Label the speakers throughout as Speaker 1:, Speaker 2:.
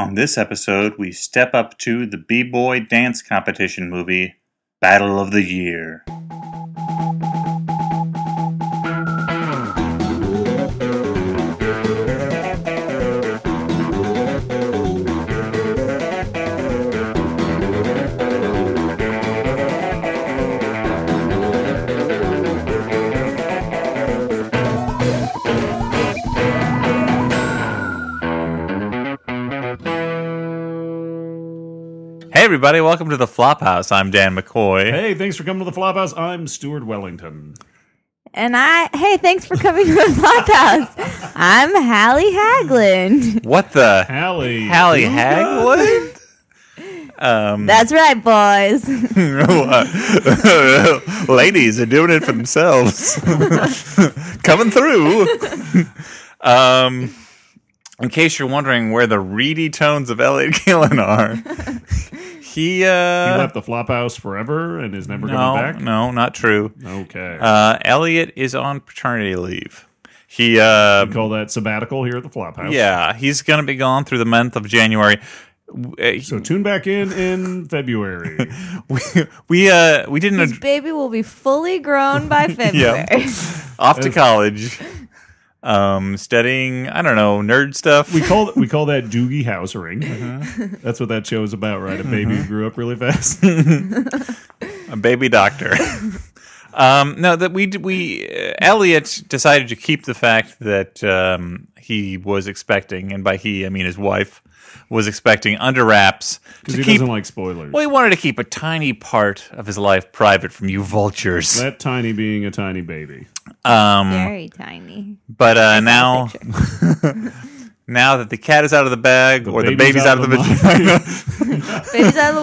Speaker 1: On this episode, we step up to the B Boy Dance Competition movie, Battle of the Year. Hey, everybody, welcome to the Flophouse. I'm Dan McCoy.
Speaker 2: Hey, thanks for coming to the Flophouse. I'm Stuart Wellington.
Speaker 3: And I, hey, thanks for coming to the podcast. I'm Hallie Haglund.
Speaker 1: What the?
Speaker 2: Hallie.
Speaker 1: Hallie Hagwood? Um,
Speaker 3: That's right, boys.
Speaker 1: ladies are doing it for themselves. Coming through. um, in case you're wondering where the reedy tones of Elliot Gillen are, he,
Speaker 2: He
Speaker 1: uh,
Speaker 2: left the Flophouse forever and is never
Speaker 1: no,
Speaker 2: coming back.
Speaker 1: no, not true.
Speaker 2: Okay.
Speaker 1: Uh, Elliot is on paternity leave. He, uh,
Speaker 2: we call that sabbatical here at the Flophouse.
Speaker 1: yeah, he's going to be gone through the month of January. W- uh,
Speaker 2: So tune back in in February.
Speaker 1: We, we, uh, we didn't.
Speaker 3: This baby will be fully grown by February.
Speaker 1: off
Speaker 2: uh,
Speaker 1: to college, um, studying I don't know nerd stuff.
Speaker 2: we call we call that Doogie Housering.
Speaker 3: Uh-huh.
Speaker 2: That's what that show is about, right? A baby who grew up really fast.
Speaker 1: a baby doctor. um, no, that we we uh, Elliot decided to keep the fact that um, he was expecting, and by he I mean his wife was expecting under wraps
Speaker 2: Because
Speaker 1: to
Speaker 2: he
Speaker 1: keep.
Speaker 2: doesn't like spoilers.
Speaker 1: Well, he wanted to keep a tiny part of his life private from you vultures.
Speaker 2: that tiny being a tiny baby.
Speaker 1: Um,
Speaker 3: Very tiny.
Speaker 1: but uh, now, now that the cat is out of the bag, or the baby's out of the, vagina.
Speaker 3: Baby's out of the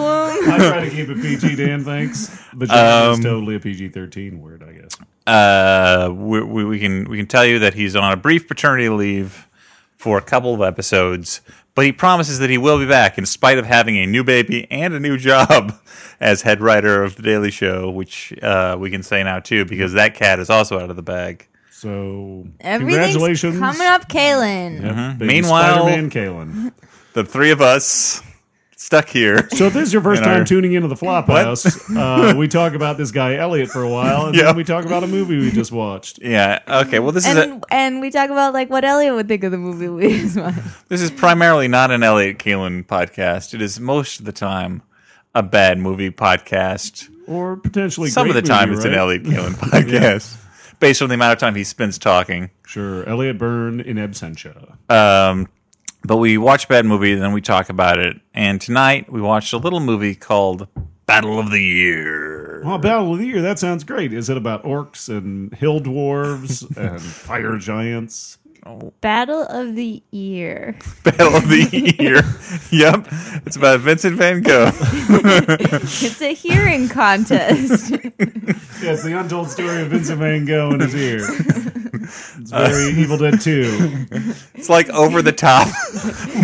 Speaker 3: womb.
Speaker 2: I try to keep it PG, Dan. Thanks. Vagina
Speaker 1: Um,
Speaker 2: is totally a PG thirteen word, I guess.
Speaker 1: uh, we, we, we can we can tell you that he's on a brief paternity leave for a couple of episodes, but he promises that he will be back in spite of having a new baby and a new job as head writer of the Daily Show, which uh, we can say now too because that cat is also out of the bag.
Speaker 2: So
Speaker 3: Everything's
Speaker 2: congratulations.
Speaker 3: coming up, Kalen.
Speaker 2: Yep, baby
Speaker 1: Mm-hmm. Meanwhile-
Speaker 2: Spider-Man Kalen.
Speaker 1: The three of us stuck here.
Speaker 2: So if this is your first
Speaker 1: In
Speaker 2: time
Speaker 1: our-
Speaker 2: tuning into the Flophouse, uh, we talk about this guy Elliot for a while, and
Speaker 1: Yeah.
Speaker 2: then we talk about a movie we just watched.
Speaker 1: Yeah. Okay. Well, this is a,
Speaker 3: And, and we talk about like what Elliot would think of the movie we just watched.
Speaker 1: this is primarily not an Elliot Kalen podcast. It is most of the time a bad movie podcast.
Speaker 2: Or potentially
Speaker 1: Some of
Speaker 2: great
Speaker 1: the time
Speaker 2: movie,
Speaker 1: it's an
Speaker 2: right?
Speaker 1: Elliot Kalen podcast, based on the amount of time he spends talking.
Speaker 2: Sure, Elliot Byrne in absentia.
Speaker 1: Um, but we watch a bad movie, then we talk about it. And tonight we watched a little movie called Battle of the Year.
Speaker 2: Oh, Battle of the Year, that sounds great. Is it about orcs and hill dwarves and fire giants?
Speaker 3: Battle of the Year.
Speaker 1: Battle of the Year. yep, it's about Vincent Van Gogh.
Speaker 3: It's a hearing contest.
Speaker 2: Yeah, it's the untold story of Vincent Van Gogh and his ear. It's
Speaker 1: Uh,
Speaker 2: very Evil Dead 2.
Speaker 1: It's like over the top,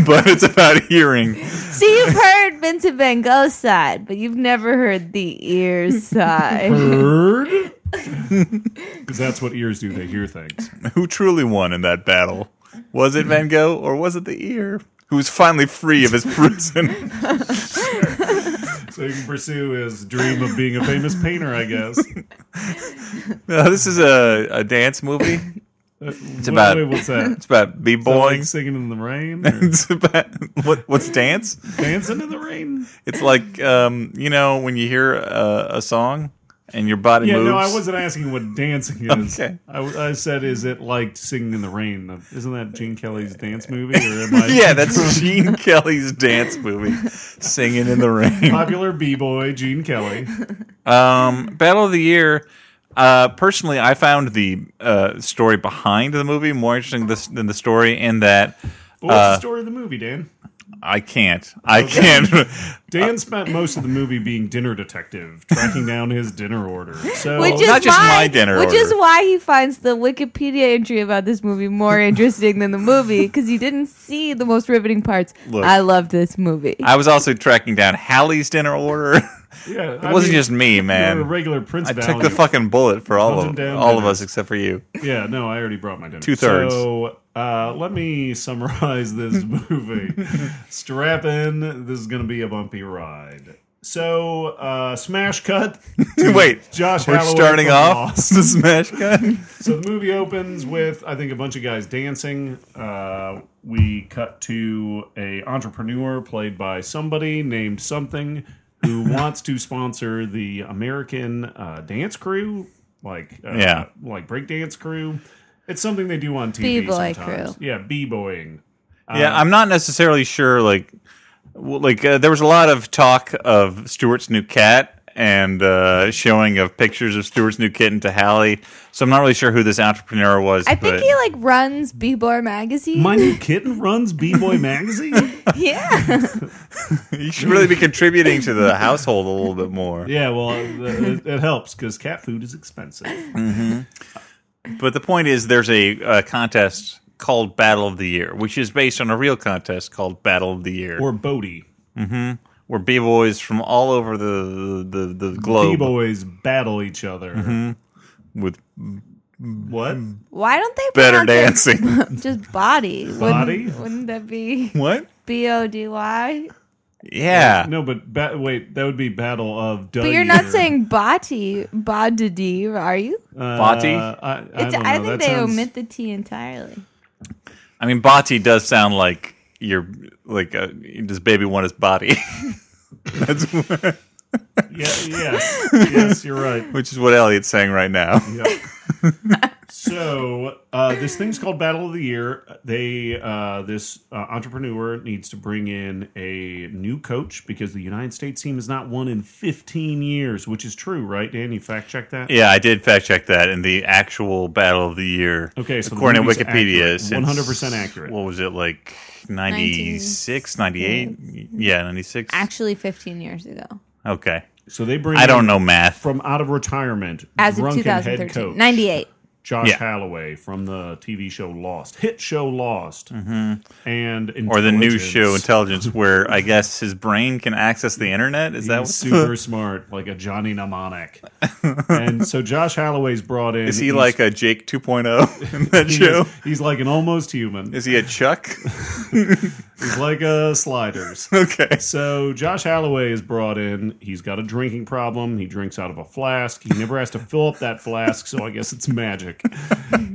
Speaker 1: but it's about hearing.
Speaker 3: See, you've heard Vincent Van Gogh's side, but you've never heard the ears side.
Speaker 2: Bird? Because that's what ears do, they hear things.
Speaker 1: Who truly won in that battle? Was it Van Gogh or was it the ear? Who was finally free of his prison?
Speaker 2: So you can pursue his dream of being a famous painter, I guess.
Speaker 1: No, this is a, a dance movie.
Speaker 2: It's
Speaker 1: about-
Speaker 2: wait, what's that?
Speaker 1: It's about b
Speaker 2: Like
Speaker 1: boying.
Speaker 2: singing in the rain, or
Speaker 1: it's about what, what's dance?
Speaker 2: dancing in the rain.
Speaker 1: It's like um, you know when you hear a, a song and your body
Speaker 2: Yeah,
Speaker 1: moves.
Speaker 2: no, I wasn't asking what dancing is.
Speaker 1: Okay.
Speaker 2: I, I said, is it like singing in the rain? Isn't that Gene Kelly's dance movie? Or am I
Speaker 1: Yeah, that's Gene Kelly's dance movie, singing in the rain.
Speaker 2: popular b boy Gene Kelly.
Speaker 1: Um, Battle of the Year. Uh, personally, I found the uh, story behind the movie more interesting this, than the story in that
Speaker 2: But what's
Speaker 1: Uh,
Speaker 2: the story of the movie, Dan?
Speaker 1: I can't. I can't.
Speaker 2: Dan spent most of the movie being dinner detective, tracking down his dinner order. So
Speaker 3: Which is
Speaker 1: Not just
Speaker 3: why,
Speaker 1: my dinner
Speaker 3: which is
Speaker 1: order.
Speaker 3: why he finds the Wikipedia entry about this movie more interesting than the movie because he didn't see the most riveting parts.
Speaker 1: Look.
Speaker 3: I love this movie.
Speaker 1: I was also tracking down Hallie's dinner order. It
Speaker 2: yeah, it
Speaker 1: wasn't just me,
Speaker 2: a
Speaker 1: man.
Speaker 2: regular Prince
Speaker 1: I took
Speaker 2: Valiant.
Speaker 1: the fucking bullet for all
Speaker 2: Hunted
Speaker 1: of
Speaker 2: down
Speaker 1: all of
Speaker 2: dinner.
Speaker 1: us except for you.
Speaker 2: Yeah, no, I already brought my dinner.
Speaker 1: Two-thirds.
Speaker 2: So Uh, let me summarize this movie. Strap in. This is going to be a bumpy ride. So, uh, smash cut. to
Speaker 1: Wait,
Speaker 2: Josh
Speaker 1: we're
Speaker 2: Holloway
Speaker 1: starting
Speaker 2: from
Speaker 1: off
Speaker 2: Lost.
Speaker 1: the smash gun.
Speaker 2: So the movie opens with I think a bunch of guys dancing. Uh, we cut to a entrepreneur played by somebody named something who wants to sponsor the American uh, dance crew, like uh,
Speaker 1: Yeah.
Speaker 2: like breakdance crew. It's something they do on TV.
Speaker 3: B-boy
Speaker 2: sometimes.
Speaker 3: crew.
Speaker 2: yeah, b boying. Uh,
Speaker 1: yeah, I'm not necessarily sure. Like, w- like uh, there was a lot of talk of Stewart's new cat and uh, showing of pictures of Stewart's new kitten to Hallie. So I'm not really sure who this entrepreneur was.
Speaker 3: I think
Speaker 1: but
Speaker 3: he like runs B Boy magazine.
Speaker 2: My new kitten runs b boy magazine.
Speaker 3: yeah,
Speaker 1: you should really be contributing to the household a little bit more.
Speaker 2: Yeah, well, uh, it, it helps because cat food is expensive.
Speaker 1: But the point is, there's a, uh contest called Battle of the Year, which is based on a real contest called Battle of the Year,
Speaker 2: Or Bodie.
Speaker 1: where b boys from all over the the, the
Speaker 2: B
Speaker 1: globe
Speaker 2: boys battle each other.
Speaker 1: with
Speaker 2: What?
Speaker 3: why don't they
Speaker 1: better
Speaker 3: pronounce it
Speaker 1: dancing.
Speaker 3: Just body. Wouldn't-
Speaker 2: Body?
Speaker 3: Wouldn't, that be
Speaker 1: what? Oh,
Speaker 3: B O D Y?
Speaker 1: Yeah.
Speaker 2: No, but ba- wait, that would be Battle of.
Speaker 3: But you're not saying body, body, are you?
Speaker 1: Bati?
Speaker 2: Uh, I, I,
Speaker 3: It's,
Speaker 2: don't
Speaker 3: I,
Speaker 2: know.
Speaker 3: think
Speaker 2: That
Speaker 3: they
Speaker 2: sounds-
Speaker 3: omit the T entirely.
Speaker 1: I mean, Bati does sound like you're like uh does baby want his body, That's, wh-
Speaker 2: Yeah, yes, yes, you're right.
Speaker 1: which is what Elliot's saying right now.
Speaker 2: Yep. so uh, this thing's called Battle of the Year. They uh, this uh, entrepreneur needs to bring in a new coach because the United States team has not won in 15 years, which is true, right, Dan? You fact check that.
Speaker 1: Yeah, I did fact check that in the actual Battle of the Year.
Speaker 2: Okay, so the
Speaker 1: according to
Speaker 2: movie's
Speaker 1: Wikipedia,
Speaker 2: accurate.
Speaker 1: since-
Speaker 2: 100% accurate.
Speaker 1: What was it like? 96, 98? Yeah, 96.
Speaker 3: Actually, 15 years ago,
Speaker 1: Okay.
Speaker 2: So they bring.
Speaker 1: I don't
Speaker 2: in
Speaker 1: know math.
Speaker 2: From out of retirement,
Speaker 3: as of
Speaker 2: drunken head
Speaker 3: 2013,
Speaker 2: coach
Speaker 3: 98.
Speaker 2: Josh
Speaker 1: Yeah.
Speaker 2: Holloway from the TV show Lost, hit show Lost, and
Speaker 1: Mm-hmm. Or the new
Speaker 2: intelligence.
Speaker 1: show Intelligence, where I guess his brain can access the internet. Is that
Speaker 2: He's
Speaker 1: what
Speaker 2: super smart, like a Johnny mnemonic. and so Josh Holloway's brought in.
Speaker 1: Is he like a Jake 2.0 in that show?
Speaker 2: He's, he's like an almost human.
Speaker 1: Is he a Chuck?
Speaker 2: He's like a sliders.
Speaker 1: okay.
Speaker 2: So Josh Holloway is brought in. He's got a drinking problem. He drinks out of a flask. He never has to fill up that flask, so I guess it's magic.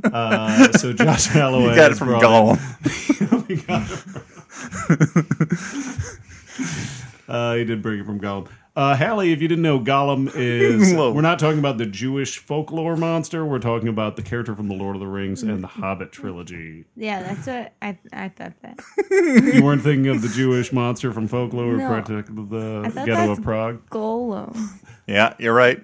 Speaker 2: Uh, so Josh Holloway
Speaker 1: Got it
Speaker 2: is
Speaker 1: from
Speaker 2: brought in.
Speaker 1: Gollum.
Speaker 2: He got it from- uh, he did bring it from Gollum. Uh, Hallie, if you didn't know, Gollum is.
Speaker 1: Whoa.
Speaker 2: We're not talking about the Jewish folklore monster. We're talking about the character from The Lord of the Rings and the Hobbit trilogy.
Speaker 3: Yeah, that's what I I thought that.
Speaker 2: You weren't thinking of the Jewish monster from folklore,
Speaker 3: No.
Speaker 2: Protect of the
Speaker 3: I thought
Speaker 2: Ghetto
Speaker 3: that's-
Speaker 2: of Prague.
Speaker 3: Golem.
Speaker 1: Yeah, you're right.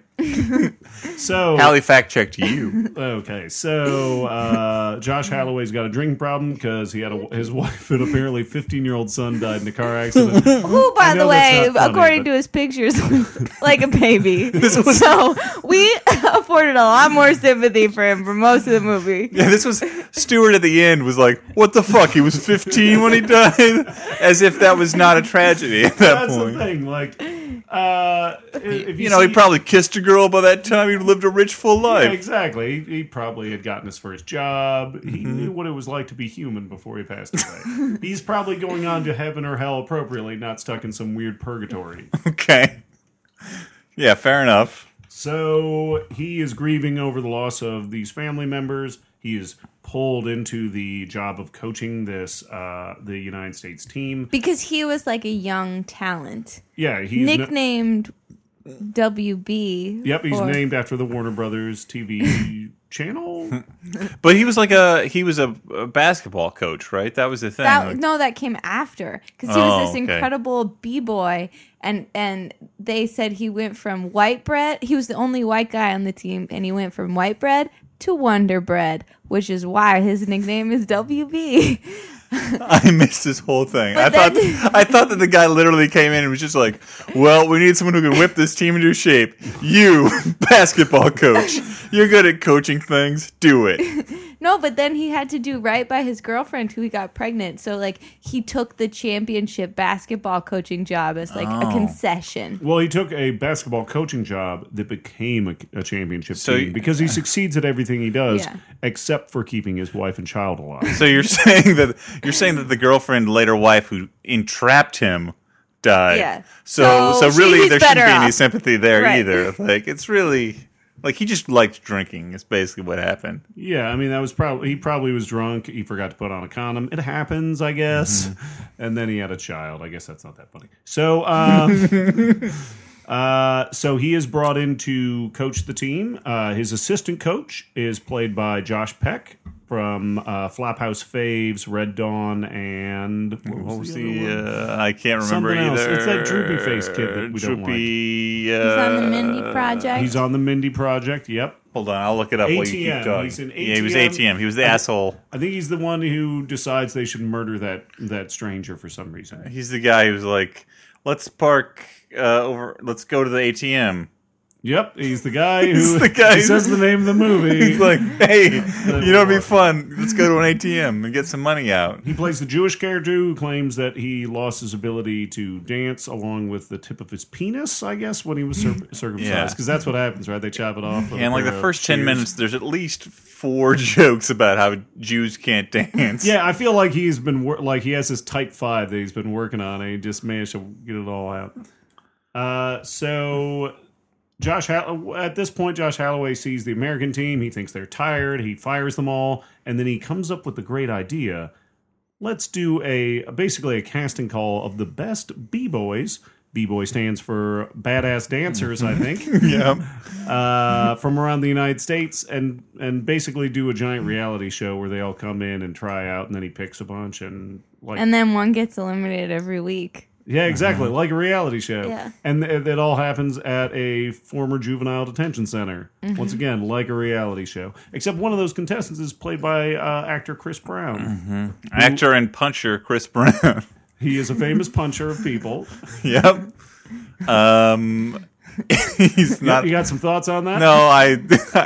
Speaker 2: So,
Speaker 1: Hallie fact checked you.
Speaker 2: okay, so uh, Josh Holloway's got a drinking problem because he had a, his wife and apparently 15 year old son died in a car accident.
Speaker 3: Who, by the
Speaker 2: know that's
Speaker 3: way,
Speaker 2: not funny,
Speaker 3: according
Speaker 2: but-
Speaker 3: to his pictures, looks like a baby. so we afforded a lot more sympathy for him for most of the movie.
Speaker 1: Yeah, this was Stewart at the end was like, "What the fuck? He was 15 when he died," as if that was not a tragedy at that
Speaker 2: That's
Speaker 1: point.
Speaker 2: the thing. Like, uh, if you,
Speaker 1: You know, he
Speaker 2: see-
Speaker 1: probably kissed a girl by that time. He lived a rich, full
Speaker 2: Yeah,
Speaker 1: life.
Speaker 2: exactly. He, he probably had gotten his first job. He knew what it was like to be human before he passed away. He's probably going on to heaven or hell appropriately, not stuck in some weird purgatory.
Speaker 1: Okay. Yeah, fair enough.
Speaker 2: So he is grieving over the loss of these family members. He is pulled into the job of coaching this uh, the United States team.
Speaker 3: Because he was like a young talent,
Speaker 2: Yeah, he's no-
Speaker 3: nicknamed WB.
Speaker 2: yep, he's
Speaker 3: for-
Speaker 2: named after the Warner Brothers TV channel.
Speaker 1: But he was like a he was a, a basketball coach, right? That was the thing.
Speaker 3: That,
Speaker 1: Like,
Speaker 3: no, that came after because he
Speaker 1: Oh,
Speaker 3: was this
Speaker 1: okay.
Speaker 3: incredible b boy, and and they said he went from white bread. He was the only white guy on the team, and he went from white bread to Wonder Bread, which is why his nickname is WB.
Speaker 1: I missed this whole thing. I
Speaker 3: But
Speaker 1: thought
Speaker 3: then-
Speaker 1: I thought that the guy literally came in and was just like, "Well, we need someone who can whip this team into shape. You, basketball coach, you're good at coaching things. Do it."
Speaker 3: No, but then he had to do right by his girlfriend who he got pregnant. So like he took the championship basketball coaching job as like
Speaker 1: Oh.
Speaker 3: a concession.
Speaker 2: Well, he took a basketball coaching job that became a, a championship
Speaker 1: So
Speaker 2: team
Speaker 1: y-
Speaker 2: because he succeeds at everything he does,
Speaker 3: Yeah.
Speaker 2: except for keeping his wife and child alive.
Speaker 1: So you're saying that you're saying that the girlfriend, later wife, who entrapped him, died.
Speaker 3: Yeah.
Speaker 1: So so,
Speaker 3: So
Speaker 1: really,
Speaker 3: she's
Speaker 1: there shouldn't be
Speaker 3: better
Speaker 1: any
Speaker 3: off.
Speaker 1: sympathy there
Speaker 3: Right.
Speaker 1: either. Like it's really like he just liked drinking. Is basically what happened.
Speaker 2: yeah, I mean that was probably he probably was drunk. He forgot to put on a condom. It happens, I guess.
Speaker 1: Mm-hmm.
Speaker 2: And then he had a child. I guess that's not that funny. So. Um, Uh, so he is brought in to coach the team. Uh, his assistant coach is played by Josh Peck from uh, Flophouse Faves, Red Dawn, and
Speaker 1: What was
Speaker 2: other
Speaker 1: the?
Speaker 2: one?
Speaker 1: uh, I can't remember
Speaker 2: Something else.
Speaker 1: either.
Speaker 2: It's that droopy face kid that we don't
Speaker 1: droopy,
Speaker 3: He's
Speaker 1: Uh,
Speaker 3: on the Mindy Project.
Speaker 2: He's on the Mindy Project. Yep,
Speaker 1: Hold on, I'll look it up while you
Speaker 2: ATM.
Speaker 1: keep talking.
Speaker 2: He's an
Speaker 1: Yeah, he was
Speaker 2: ATM.
Speaker 1: ATM. He was the asshole.
Speaker 2: I think he's the one who decides they should murder that that stranger for some reason.
Speaker 1: He's the guy who's like, let's park uh, over. Let's go to the ATM.
Speaker 2: Yep, he's the guy who
Speaker 1: He's the guy
Speaker 2: he
Speaker 1: who-
Speaker 2: says the name of the movie.
Speaker 1: He's like, hey, you know, it'd be fun. Let's go to an ATM and get some money out.
Speaker 2: he plays the Jewish character who claims that he lost his ability to dance along with the tip of his penis. I guess when he was cir- circumcised, because that's what happens, right? They chop it off. with a
Speaker 1: And like
Speaker 2: pair
Speaker 1: the
Speaker 2: of
Speaker 1: first ten
Speaker 2: shears.
Speaker 1: minutes, there's at least four jokes about how Jews can't dance.
Speaker 2: Yeah, I feel like he's been wor- like he has his type five that he's been working on, and he just managed to get it all out. Uh, so Josh Hall- at this point, Josh Holloway sees the American team. He thinks they're tired. He fires them all, and then he comes up with the great idea: let's do a basically a casting call of the best b boys. B boy stands for badass dancers, I think
Speaker 1: yeah.
Speaker 2: uh, from around the United States and and basically do a giant reality show where they all come in and try out, and then he picks a bunch and like
Speaker 3: and then one gets eliminated every week.
Speaker 2: yeah, exactly like a reality show.
Speaker 3: Yeah.
Speaker 2: and th- it all happens at a former juvenile detention center.
Speaker 3: Mm-hmm.
Speaker 2: Once again, like a reality show, except one of those contestants is played by uh, actor Chris Brown.
Speaker 1: Actor and puncher Chris Brown.
Speaker 2: He is a famous puncher of people.
Speaker 1: yep. Um, he's not.
Speaker 2: you got some thoughts on that?
Speaker 1: No, I.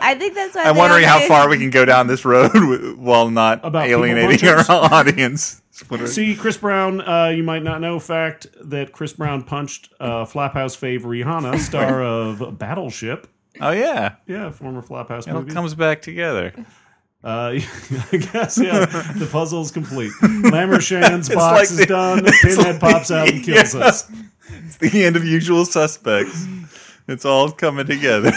Speaker 3: I think that's why
Speaker 1: I'm
Speaker 3: they
Speaker 1: wondering how
Speaker 3: always-
Speaker 1: far we can go down this road wi- while not
Speaker 2: About people
Speaker 1: alienating our
Speaker 2: punches?
Speaker 1: audience.
Speaker 2: See, Chris Brown, uh, you might not know fact that Chris Brown punched uh, Flaphouse fave Rihanna, star of Battleship.
Speaker 1: Oh yeah,
Speaker 2: Yeah, former Flophouse
Speaker 1: it all
Speaker 2: movie.
Speaker 1: comes back together.
Speaker 2: uh, I guess yeah. the puzzle's complete. Lamershan's box
Speaker 1: like
Speaker 2: is
Speaker 1: the-
Speaker 2: done. Pinhead
Speaker 1: like-
Speaker 2: pops out and kills
Speaker 1: yeah.
Speaker 2: us.
Speaker 1: It's the end of Usual Suspects. It's all coming together.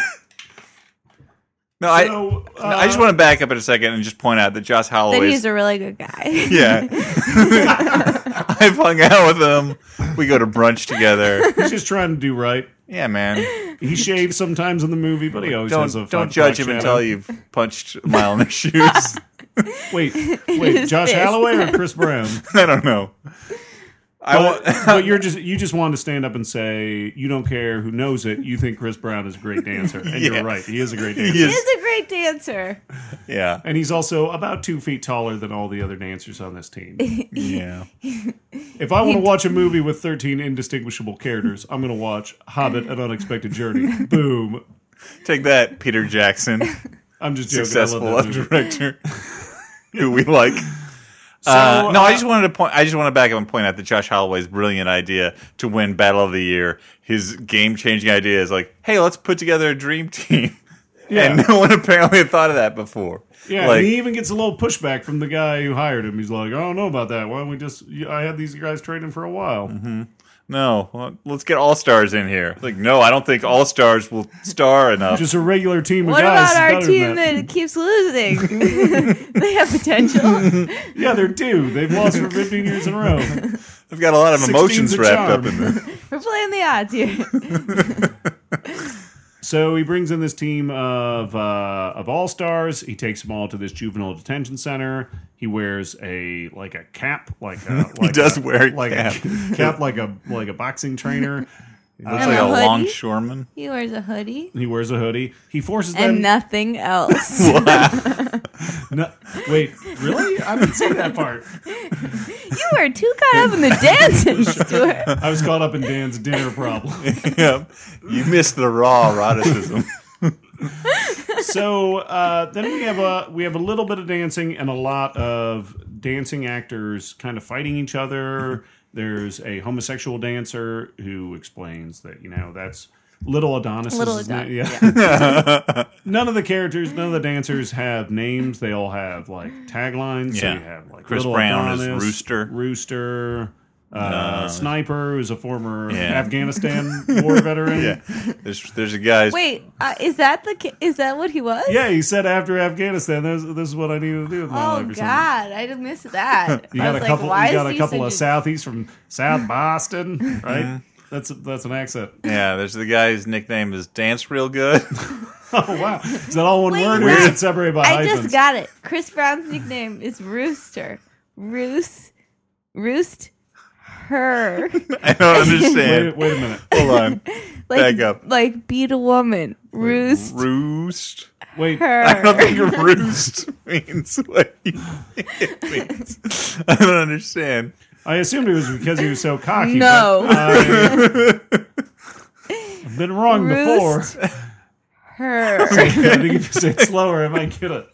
Speaker 1: no, I.
Speaker 2: So, uh,
Speaker 1: I just want to back up in a second and just point out that Josh
Speaker 3: That
Speaker 1: Holloway.
Speaker 3: he's a really good guy.
Speaker 1: Yeah, I've hung out with him. We go to brunch together.
Speaker 2: he's just trying to do right.
Speaker 1: Yeah, man.
Speaker 2: He shaves sometimes in the movie, but he always has a
Speaker 1: Don't
Speaker 2: fucking
Speaker 1: don't judge
Speaker 2: black
Speaker 1: him
Speaker 2: shadow.
Speaker 1: until you've punched a mile in his shoes.
Speaker 2: Wait, wait,
Speaker 3: his
Speaker 2: Josh
Speaker 3: fist.
Speaker 2: Holloway or Chris Brown?
Speaker 1: I don't know. I
Speaker 2: But,
Speaker 1: want.
Speaker 2: but you're just you just wanted to stand up and say you don't care who knows it. You think Chris Brown is a great dancer, and
Speaker 1: Yeah.
Speaker 2: you're right. He is a great dancer,
Speaker 1: He
Speaker 3: He
Speaker 1: is,
Speaker 3: is a great dancer.
Speaker 1: yeah,
Speaker 2: and he's also about two feet taller than all the other dancers on this team.
Speaker 1: yeah.
Speaker 2: If I want to watch a movie with 13 indistinguishable characters, I'm going to watch Hobbit An Unexpected Journey. Boom.
Speaker 1: Take that, Peter Jackson,
Speaker 2: I'm just joking. I
Speaker 1: successful
Speaker 2: love that movie.
Speaker 1: director who we like.
Speaker 2: So,
Speaker 1: Uh, no,
Speaker 2: uh,
Speaker 1: I just wanted to point. I just want to back up and point out that Josh Holloway's brilliant idea to win Battle of the Year. His game-changing idea is like, "Hey, let's put together a dream team,"
Speaker 2: Yeah.
Speaker 1: and no one apparently had thought of that before.
Speaker 2: yeah,
Speaker 1: like,
Speaker 2: and he even gets a little pushback from the guy who hired him. He's like, I don't know about that. Why don't we just, I had these guys training for a while.
Speaker 1: Mm-hmm. no, well, let's get all stars in here. It's Like, no, I don't think all stars will star enough.
Speaker 2: Just a regular team of
Speaker 3: What
Speaker 2: guys.
Speaker 3: about
Speaker 2: is
Speaker 3: our
Speaker 2: better than
Speaker 3: team
Speaker 2: that.
Speaker 3: that. keeps losing? they have potential.
Speaker 2: Yeah, they're due. They've lost for 15 years in a row.
Speaker 1: I've got a lot of
Speaker 2: 16's
Speaker 1: emotions
Speaker 2: a
Speaker 1: wrapped up
Speaker 2: charm.
Speaker 1: in this.
Speaker 3: We're playing the odds here.
Speaker 2: So he brings in this team of uh, of all stars. He takes them all to this juvenile detention center. He wears a like a cap, like a, like
Speaker 1: does
Speaker 2: a,
Speaker 1: wear a
Speaker 2: like
Speaker 1: cap.
Speaker 2: a cap, like a like a boxing trainer.
Speaker 1: He looks
Speaker 3: And
Speaker 1: like
Speaker 3: a
Speaker 1: a
Speaker 3: hoodie?
Speaker 1: longshoreman.
Speaker 3: He wears a hoodie
Speaker 2: He wears a hoodie. He forces
Speaker 3: and
Speaker 2: them.
Speaker 3: nothing else.
Speaker 2: No, wait, really? I didn't see that part.
Speaker 3: you were too caught up in the dancing, Stuart.
Speaker 2: I was caught up in Dan's dinner problem.
Speaker 1: yep. You missed the raw eroticism.
Speaker 2: So uh, then we have a we have a little bit of dancing and a lot of dancing actors kind of fighting each other.
Speaker 1: Mm-hmm.
Speaker 2: There's a homosexual dancer who explains that you know that's little Adonis. is
Speaker 3: Little
Speaker 2: his
Speaker 3: Adonis,
Speaker 2: name. Yeah. none of the characters, none of the dancers have names. They all have like taglines. So
Speaker 1: Yeah.
Speaker 2: you have like
Speaker 1: Chris
Speaker 2: Little
Speaker 1: Brown is
Speaker 2: Adonis,
Speaker 1: Rooster.
Speaker 2: Rooster. Uh, Sniper, who's a former
Speaker 1: Yeah.
Speaker 2: Afghanistan war veteran.
Speaker 1: yeah. There's there's a guy's
Speaker 3: Wait, uh, is that the ki- is that what he was?
Speaker 2: Yeah, he said after Afghanistan, this, this is what I needed to do with my
Speaker 3: Oh
Speaker 2: life. Or something.
Speaker 3: God, I did miss that.
Speaker 2: You
Speaker 3: I
Speaker 2: got
Speaker 3: was
Speaker 2: a couple.
Speaker 3: Like, why
Speaker 2: you got
Speaker 3: is
Speaker 2: a
Speaker 3: he
Speaker 2: couple of
Speaker 3: such
Speaker 2: Southies from South Boston, right? That's that's an accent.
Speaker 1: Yeah, there's the guy whose nickname is Dance Real Good.
Speaker 2: Oh wow, is that all one
Speaker 3: Wait,
Speaker 2: word?
Speaker 3: wait.
Speaker 2: Or is it separated by
Speaker 3: a- I
Speaker 2: hyphens?
Speaker 3: just got it. Chris Brown's nickname is Rooster. Roos, roost, her.
Speaker 1: I don't
Speaker 2: wait,
Speaker 1: understand.
Speaker 2: wait a minute.
Speaker 1: Hold on.
Speaker 3: Like
Speaker 1: Back up.
Speaker 3: like beat a woman. Roost,
Speaker 1: Roost.
Speaker 2: Wait,
Speaker 1: I don't
Speaker 3: her.
Speaker 1: think roost means what you think it means. I don't understand.
Speaker 2: I assumed it was because he was so cocky.
Speaker 3: No.
Speaker 2: but I, have been wrong
Speaker 3: Roost,
Speaker 2: before.
Speaker 3: her.
Speaker 2: I think if you say it slower, I might get it.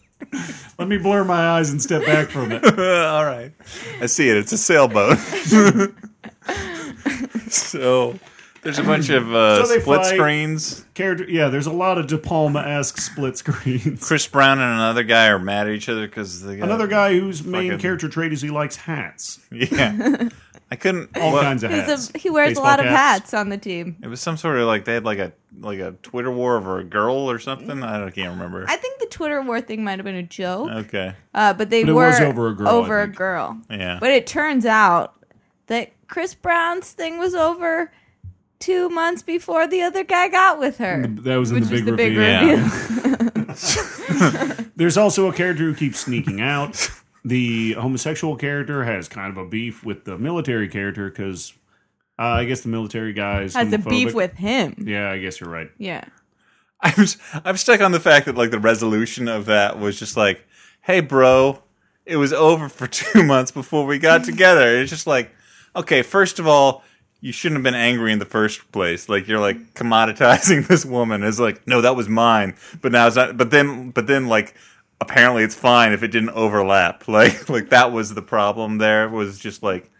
Speaker 2: Let me blur my eyes and step back for a minute.
Speaker 1: Uh, All right. I see it. It's a sailboat. so there's a bunch of uh,
Speaker 2: So they
Speaker 1: split
Speaker 2: fight.
Speaker 1: screens.
Speaker 2: Character, yeah. There's a lot of De Palma esque split screens.
Speaker 1: Chris Brown and another guy are mad at each other because they got
Speaker 2: Another guy whose main
Speaker 1: Fucking-
Speaker 2: character trait is he likes hats.
Speaker 1: Yeah. I couldn't.
Speaker 2: All
Speaker 1: what-
Speaker 2: kinds of hats.
Speaker 3: He's a, he wears a lot of
Speaker 2: Baseball caps.
Speaker 3: hats on the team.
Speaker 1: It was some sort of like they had like a like a Twitter war over a girl or something. I don't, I can't remember.
Speaker 3: I think the Twitter war thing might have been a joke,
Speaker 1: okay,
Speaker 3: uh, but they
Speaker 2: But it
Speaker 3: were
Speaker 2: was over a girl, I
Speaker 3: over a
Speaker 2: think.
Speaker 3: girl.
Speaker 1: yeah.
Speaker 3: But it turns out that Chris Brown's thing was over two months before the other guy got with her.
Speaker 2: That was in
Speaker 3: Which
Speaker 2: the
Speaker 3: was
Speaker 2: big
Speaker 3: the big
Speaker 2: reveal.
Speaker 1: Yeah.
Speaker 3: reveal.
Speaker 2: There's also a character who keeps sneaking out. The homosexual character has kind of a beef with the military character because uh, I guess the military guys
Speaker 3: Has a beef
Speaker 2: homophobic.
Speaker 3: with him.
Speaker 2: Yeah, I guess you're right.
Speaker 3: Yeah.
Speaker 1: I'm s- I'm stuck on the fact that like the resolution of that was just like, hey, bro, it was over for two months before we got together. It's just like, okay, first of all, you shouldn't have been angry in the first place. Like you're like commoditizing this woman. It's like, no, that was mine, but now it's not. But then, but then like. Apparently, it's fine if it didn't overlap. Like, like that was the problem. There was just like,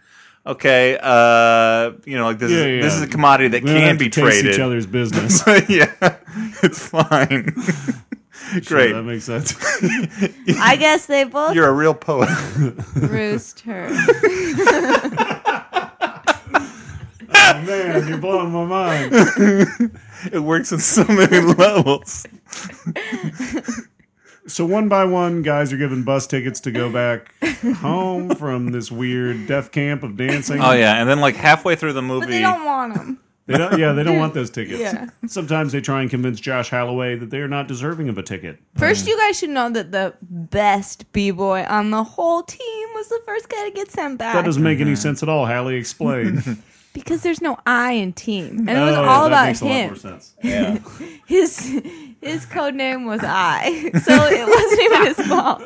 Speaker 1: okay, uh, you know, like this
Speaker 2: Yeah,
Speaker 1: is
Speaker 2: yeah.
Speaker 1: this is a commodity that
Speaker 2: We don't
Speaker 1: can
Speaker 2: have
Speaker 1: be
Speaker 2: to taste
Speaker 1: traded
Speaker 2: each other's business.
Speaker 1: yeah, it's fine. Great.
Speaker 2: that makes sense.
Speaker 3: I guess they both
Speaker 1: You're a real poet.
Speaker 3: roost her.
Speaker 2: oh, man, you're blowing my mind.
Speaker 1: It works on so many levels.
Speaker 2: So one by one, guys are given bus tickets to go back home from this weird death camp of dancing.
Speaker 1: Oh yeah, and then like halfway through the movie,
Speaker 3: But they don't want him.
Speaker 2: They don't, yeah, they don't want those tickets.
Speaker 3: Yeah.
Speaker 2: Sometimes they try and convince Josh Holloway that they are not deserving of a ticket.
Speaker 3: First, you guys should know that the best b boy on the whole team was the first guy to get sent back.
Speaker 2: That doesn't make any sense at all. Hallie explained.
Speaker 3: because there's no I in team, and it was
Speaker 2: Oh, yeah,
Speaker 3: all
Speaker 2: that
Speaker 3: about
Speaker 2: makes a lot
Speaker 3: him.
Speaker 2: more sense.
Speaker 3: His his code name was I, so it wasn't even his fault.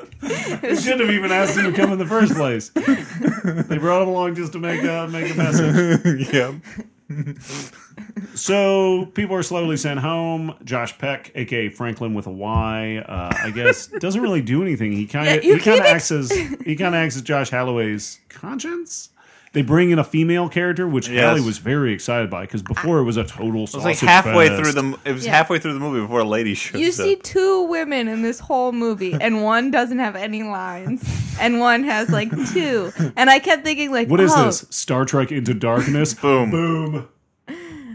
Speaker 2: You shouldn't have even asked him to come in the first place. they brought him along just to make a make a message.
Speaker 1: yeah,
Speaker 2: So people are slowly sent home. Josh Peck, aka Franklin with a Y, uh, I guess, doesn't really do anything. He kind
Speaker 3: Yeah,
Speaker 2: of
Speaker 3: you
Speaker 2: he kind of
Speaker 3: keep
Speaker 2: acts as he kind of acts as Josh Holloway's conscience. They bring in a female character, which
Speaker 1: Yes.
Speaker 2: Hallie was very excited by because before it was a total.
Speaker 1: it was like halfway through the. m- It was
Speaker 3: Yeah.
Speaker 1: halfway through the movie before a lady shows
Speaker 3: You
Speaker 1: up.
Speaker 3: see two women in this whole movie, and one doesn't have any lines, and one has like two. And I kept thinking, like,
Speaker 2: What is
Speaker 3: oh,
Speaker 2: this? Star Trek Into Darkness.
Speaker 1: Boom.
Speaker 2: boom.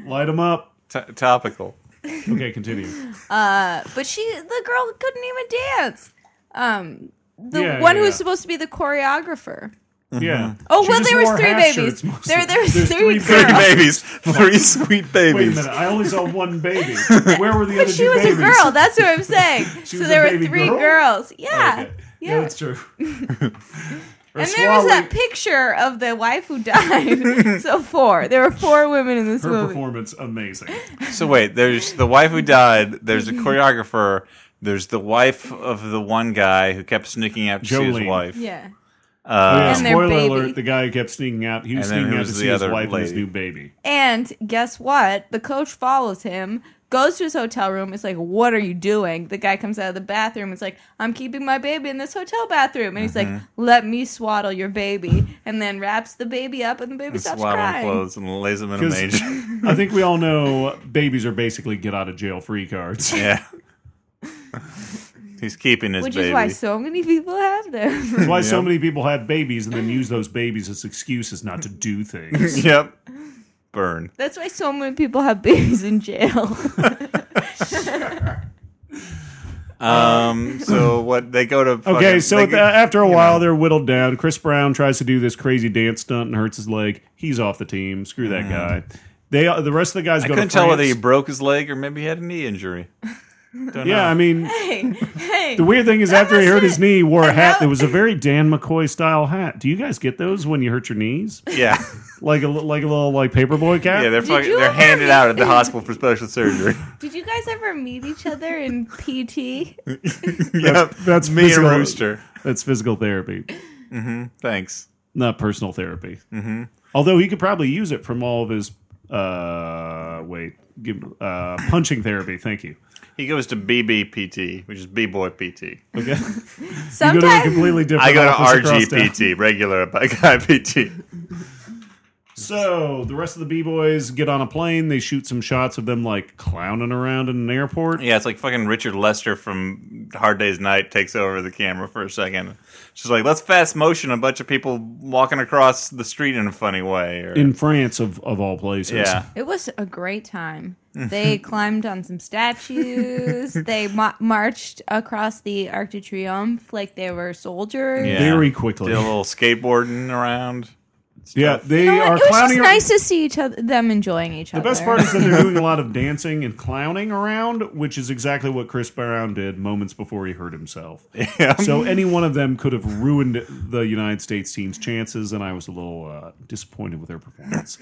Speaker 2: Light them up.
Speaker 1: T- topical.
Speaker 2: Okay, continue.
Speaker 1: Mm-hmm.
Speaker 3: But she, the girl, couldn't even dance. Um, the
Speaker 2: Yeah,
Speaker 3: one
Speaker 2: yeah,
Speaker 3: who was
Speaker 2: yeah.
Speaker 3: supposed to be the choreographer.
Speaker 2: Yeah.
Speaker 3: Oh
Speaker 2: She
Speaker 3: well,
Speaker 2: just
Speaker 3: there was
Speaker 2: wore
Speaker 3: three
Speaker 2: half
Speaker 3: babies.
Speaker 2: shirts mostly.
Speaker 3: There, there was
Speaker 2: There's
Speaker 3: three,
Speaker 1: Three
Speaker 3: girls.
Speaker 1: babies, three sweet
Speaker 2: Wait a
Speaker 1: babies.
Speaker 2: minute. I only saw one baby. Where were the other
Speaker 3: But she
Speaker 2: two
Speaker 3: was
Speaker 2: babies?
Speaker 3: a girl. That's what I'm saying.
Speaker 2: She
Speaker 3: so
Speaker 2: was a
Speaker 3: there were
Speaker 2: baby
Speaker 3: three
Speaker 2: girl?
Speaker 3: girls.
Speaker 2: Okay.
Speaker 3: Yeah.
Speaker 2: Yeah.
Speaker 3: Yeah.
Speaker 2: that's true.
Speaker 3: And there was that picture of the wife who died. so four. There were four women in this
Speaker 2: her
Speaker 3: movie.
Speaker 2: performance amazing.
Speaker 1: Uh, So wait, there's the wife who died. There's a choreographer. There's the wife of the one guy who kept sneaking out to see his
Speaker 2: Jolene.
Speaker 1: wife.
Speaker 3: Yeah.
Speaker 2: yeah,
Speaker 3: And their
Speaker 2: spoiler
Speaker 3: baby.
Speaker 2: alert: the guy who kept sneaking out, he was
Speaker 1: And then
Speaker 2: sneaking
Speaker 1: who
Speaker 2: out
Speaker 1: was
Speaker 2: to
Speaker 1: the
Speaker 2: see his
Speaker 1: other
Speaker 2: wife and his
Speaker 1: lady?
Speaker 2: new baby.
Speaker 3: And guess what? The coach follows him, goes to his hotel room, is like, What are you doing? The guy comes out of the bathroom, is like, I'm keeping my baby in this hotel bathroom. And he's like, Let me swaddle your baby. And then wraps the baby up, and the baby
Speaker 1: And
Speaker 3: stops
Speaker 1: swaddling
Speaker 3: crying.
Speaker 1: clothes and lays them in a
Speaker 2: 'Cause-
Speaker 1: manger.
Speaker 2: I think we all know babies are basically get out of jail free cards.
Speaker 1: yeah. He's keeping his
Speaker 3: Which
Speaker 1: baby.
Speaker 3: is why so many people have them.
Speaker 2: That's why so
Speaker 1: Yep.
Speaker 2: many people have babies and then use those babies as excuses not to do things.
Speaker 1: yep. Burn.
Speaker 3: That's why so many people have babies in jail.
Speaker 1: Um. So what they go to?
Speaker 2: Okay,
Speaker 1: fucking-
Speaker 2: so
Speaker 1: they
Speaker 2: at the-
Speaker 1: go-
Speaker 2: after a while, they're whittled down. Chris Brown tries to do this crazy dance stunt and hurts his leg. He's off the team. Screw that guy. They the rest of the guys
Speaker 1: Mm. I
Speaker 2: go
Speaker 1: couldn't
Speaker 2: to
Speaker 1: tell whether he
Speaker 2: France.
Speaker 1: broke his leg or maybe he had a knee injury. Don't
Speaker 2: Yeah, I
Speaker 1: know.
Speaker 2: mean,
Speaker 3: hey, hey.
Speaker 2: the weird thing is after he
Speaker 3: must
Speaker 2: hurt his knee, he wore a
Speaker 3: that
Speaker 2: hat
Speaker 3: was-
Speaker 2: that was a very Dan McCoy style hat. Do you guys get those when you hurt your knees?
Speaker 1: yeah,
Speaker 2: Like a li- like a little like paperboy cap.
Speaker 1: yeah. They're fucking,
Speaker 3: you
Speaker 1: they're
Speaker 3: ever
Speaker 1: handed out at the
Speaker 3: meet-
Speaker 1: hospital for special surgery.
Speaker 3: Did you guys ever meet each other in PT?
Speaker 1: yep,
Speaker 2: that's
Speaker 1: me and
Speaker 2: physical-
Speaker 1: Rooster.
Speaker 2: That's physical therapy,
Speaker 1: Thanks.
Speaker 2: not personal therapy. Mm-hmm. Although he could probably use it from all of his uh wait give, uh punching therapy. Thank you.
Speaker 1: He goes to BBPT, which is B boy PT.
Speaker 2: Okay. You go to a
Speaker 3: Sometimes
Speaker 2: completely different.
Speaker 1: I go to
Speaker 2: office across town.
Speaker 1: RGPT, regular guy PT.
Speaker 2: So the rest of the b boys get on a plane. They shoot some shots of them like clowning around in an airport.
Speaker 1: Yeah, it's like fucking Richard Lester from Hard Day's Night takes over the camera for a second. She's like, let's fast motion a bunch of people walking across the street in a funny way. Or,
Speaker 2: In France, of, of all places.
Speaker 1: yeah.
Speaker 3: it was a great time. They climbed on some statues. they ma- marched across the Arc de Triomphe like they were soldiers.
Speaker 1: Yeah.
Speaker 2: Very quickly.
Speaker 1: Did a little skateboarding around.
Speaker 2: Yeah, they
Speaker 3: You know what?
Speaker 2: are
Speaker 3: it was
Speaker 2: clowning
Speaker 3: just
Speaker 2: ar-
Speaker 3: nice to see each other, them enjoying each
Speaker 2: The
Speaker 3: other.
Speaker 2: best part is that they're doing a lot of dancing and clowning around, which is exactly what Chris Brown did moments before he hurt himself. So any one of them could have ruined the United States team's chances, and I was a little uh, disappointed with their performance.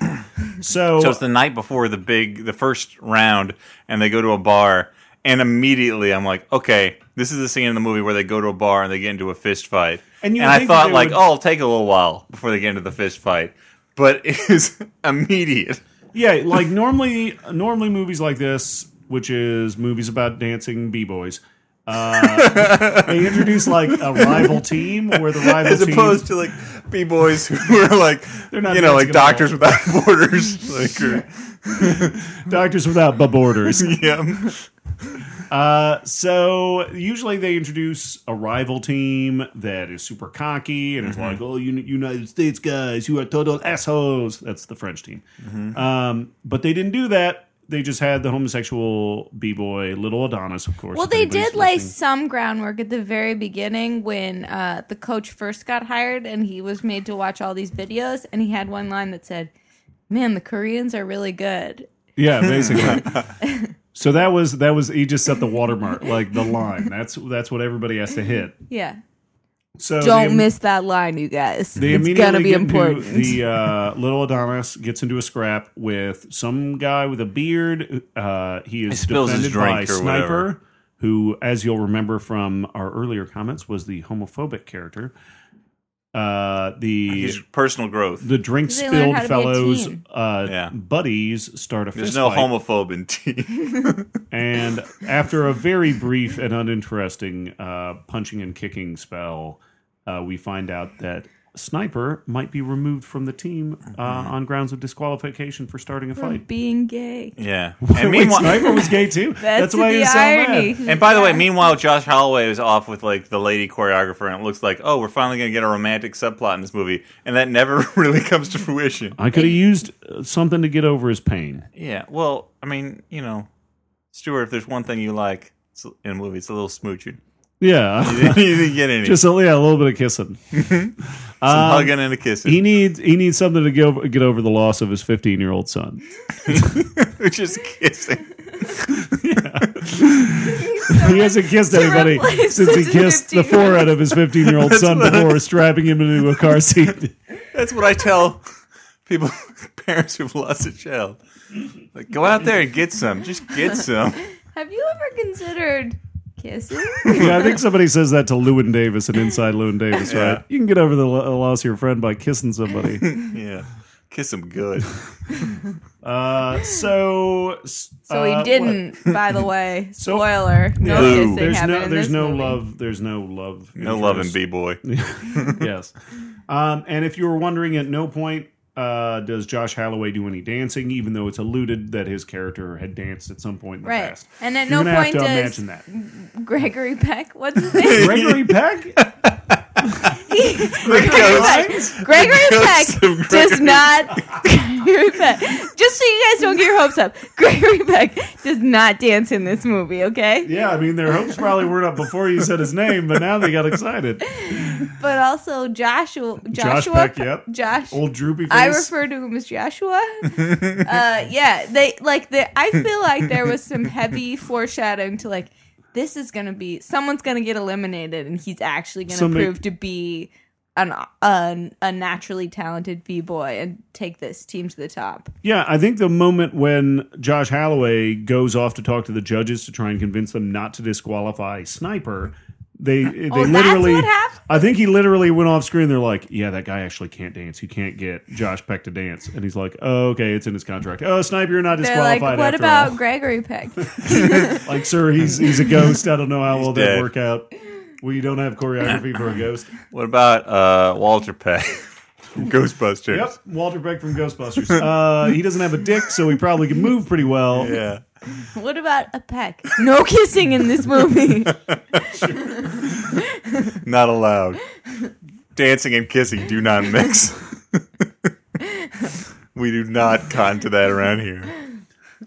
Speaker 2: So,
Speaker 1: So it's the night before the big, the first round, and they go to a bar. And immediately, I'm like, okay, this is the scene in the movie where they go to a bar and they get into a fist fight.
Speaker 2: And
Speaker 1: And,
Speaker 2: you would
Speaker 1: I
Speaker 2: think that
Speaker 1: thought,
Speaker 2: they
Speaker 1: like,
Speaker 2: would-
Speaker 1: oh, it'll take a little while before they get into the fist fight, but it is immediate.
Speaker 2: yeah, like normally, normally movies like this, which is movies about dancing b boys. Uh, they introduce like a rival team where the rival
Speaker 1: as
Speaker 2: team
Speaker 1: opposed to like b boys who are like
Speaker 2: They're not
Speaker 1: you know
Speaker 2: dancing
Speaker 1: like
Speaker 2: at all.
Speaker 1: doctors without borders like or,
Speaker 2: Doctors Without Bu- Borders.
Speaker 1: yeah
Speaker 2: Uh, So usually they introduce a rival team that is super cocky and it's like, oh, you United States guys, you are total assholes. That's the French team. Um, but they didn't do that. They just had the homosexual b boy, little Adonis, of course.
Speaker 3: Well,
Speaker 2: if
Speaker 3: they
Speaker 2: anybody's
Speaker 3: did lay
Speaker 2: listening.
Speaker 3: some groundwork at the very beginning when uh, the coach first got hired and he was made to watch all these videos. And he had one line that said, Man, the Koreans are really good.
Speaker 2: yeah, basically. so that was that was he just set the watermark, like the line. That's that's what everybody has to hit.
Speaker 3: Yeah.
Speaker 2: So
Speaker 3: Don't
Speaker 2: they-
Speaker 3: miss that line, you guys.
Speaker 2: They
Speaker 3: It's
Speaker 2: immediately
Speaker 3: going to be
Speaker 2: get into
Speaker 3: important.
Speaker 2: The uh, little Adonis gets into a scrap with some guy with a beard. Uh, he is
Speaker 1: spills his
Speaker 2: defended by
Speaker 1: drink or
Speaker 2: Sniper,
Speaker 1: whatever.
Speaker 2: who, as you'll remember from our earlier comments, was the homophobic character. Uh, the
Speaker 1: He's personal growth
Speaker 2: the drink
Speaker 3: They
Speaker 2: spilled
Speaker 3: learn how to be a
Speaker 2: fellows
Speaker 3: team.
Speaker 2: uh,
Speaker 1: Yeah.
Speaker 2: buddies start a
Speaker 1: there's
Speaker 2: fist
Speaker 1: no
Speaker 2: fight,
Speaker 1: homophobe in tea
Speaker 2: and after a very brief and uninteresting uh, punching and kicking spell, uh, we find out that Sniper might be removed from the team uh, on grounds of disqualification for starting a
Speaker 3: for
Speaker 2: fight.
Speaker 3: being gay.
Speaker 1: yeah
Speaker 2: Wait,
Speaker 1: and meanwhile
Speaker 2: Sniper was gay too. That's,
Speaker 3: That's,
Speaker 2: why
Speaker 3: the
Speaker 2: he's so
Speaker 3: irony.
Speaker 2: mad.
Speaker 1: and by the way meanwhile josh holloway is off with like the lady choreographer and it looks like oh we're finally going to get a romantic subplot in this movie and that never really comes to fruition
Speaker 2: I could have used uh, something to get over his pain.
Speaker 1: yeah well i mean you know stuart if there's one thing you like it's- in a movie it's a little smooching
Speaker 2: Yeah,
Speaker 1: you didn't get any
Speaker 2: just a, yeah, a little bit of kissing.
Speaker 1: some hugging and a kissing
Speaker 2: He needs he needs something to go, get over the loss of his fifteen year old son.
Speaker 1: just kissing
Speaker 2: He hasn't kissed
Speaker 3: To
Speaker 2: anybody
Speaker 3: replace
Speaker 2: since he
Speaker 3: his
Speaker 2: kissed the
Speaker 3: 15-year-old.
Speaker 2: forehead of his 15 year old son before strapping him into a car seat.
Speaker 1: That's what I tell people, parents who've lost a child. Like, go out there and get some. Just get some.
Speaker 3: Have you ever considered kissing?
Speaker 2: Yeah, I think somebody says that to Lewin Davis and inside Lewin Davis, right?
Speaker 1: Yeah.
Speaker 2: You can get over the lo- loss of your friend by kissing somebody.
Speaker 1: Yeah. Kiss them good.
Speaker 2: Uh, so, s-
Speaker 3: So
Speaker 2: uh,
Speaker 3: he
Speaker 2: what-
Speaker 3: didn't, by the way.
Speaker 2: So-
Speaker 3: Spoiler. No
Speaker 1: Boo.
Speaker 3: kissing
Speaker 2: There's
Speaker 3: happened
Speaker 2: no,
Speaker 3: in
Speaker 2: there's
Speaker 3: this
Speaker 2: no
Speaker 3: movie.
Speaker 2: love. There's no love.
Speaker 1: No love in
Speaker 2: interest.
Speaker 1: B boy.
Speaker 2: yes. Um, and if you were wondering, at no point uh, does Josh Holloway do any dancing, even though it's alluded that his character had danced at some point in the
Speaker 3: Right.
Speaker 2: past.
Speaker 3: And at
Speaker 2: You're
Speaker 3: no
Speaker 2: gonna
Speaker 3: point
Speaker 2: have to
Speaker 3: does
Speaker 2: imagine that.
Speaker 3: Gregory Peck, what's his name?
Speaker 2: Gregory Peck?
Speaker 3: Gregory Peck
Speaker 1: ghost of
Speaker 3: does
Speaker 1: Gregory
Speaker 3: not. Gregory Peck. Just so you guys don't get your hopes up, Gregory Peck does not dance in this movie. Okay,
Speaker 2: Yeah, I mean their hopes probably weren't up before you said his name, but now they got excited.
Speaker 3: but also Joshua.
Speaker 2: Josh
Speaker 3: Joshua.
Speaker 2: Peck, yep.
Speaker 3: Josh.
Speaker 2: Old droopy face.
Speaker 3: I refer to him as Joshua. uh, yeah, they like the. I feel like there was some heavy foreshadowing to like this is gonna be someone's gonna get eliminated, and he's actually gonna
Speaker 2: Somebody-
Speaker 3: prove to be an, an a naturally talented b boy and take this team to the top.
Speaker 2: Yeah, I think the moment when Josh Holloway goes off to talk to the judges to try and convince them not to disqualify Sniper, they they
Speaker 3: Oh, that's
Speaker 2: literally.
Speaker 3: what happened?
Speaker 2: I think he literally went off screen. They're like, "Yeah, that guy actually can't dance. You can't get Josh Peck to dance." And he's like, "Oh, okay, it's in his contract. Oh, Sniper, you're not
Speaker 3: They're like,
Speaker 2: disqualified."
Speaker 3: what
Speaker 2: after
Speaker 3: about Gregory Peck?
Speaker 2: all." Like, sir, he's he's a ghost. I don't know how well that
Speaker 1: dead.
Speaker 2: work out. We don't have choreography for a ghost.
Speaker 1: What about uh, Walter Peck from Ghostbusters?
Speaker 2: Yep, Walter Beck from Ghostbusters. Uh, he doesn't have a dick, so he probably can move pretty well.
Speaker 1: Yeah.
Speaker 3: what about a Peck? No kissing in this movie.
Speaker 1: Not allowed. Dancing and kissing do not mix. we do not con to that around here.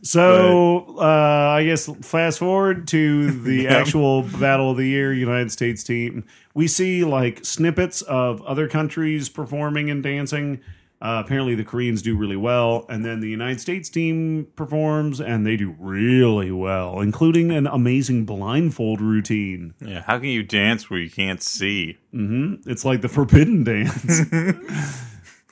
Speaker 2: So uh, I guess fast forward to the
Speaker 1: Yeah.
Speaker 2: actual battle of the year, United States team. We see like snippets of other countries performing and dancing. Uh, apparently, the Koreans do really well, and then the United States team performs and they do really well, including an amazing blindfold routine.
Speaker 1: Yeah. How can you dance where you can't see?
Speaker 2: It's like the forbidden dance.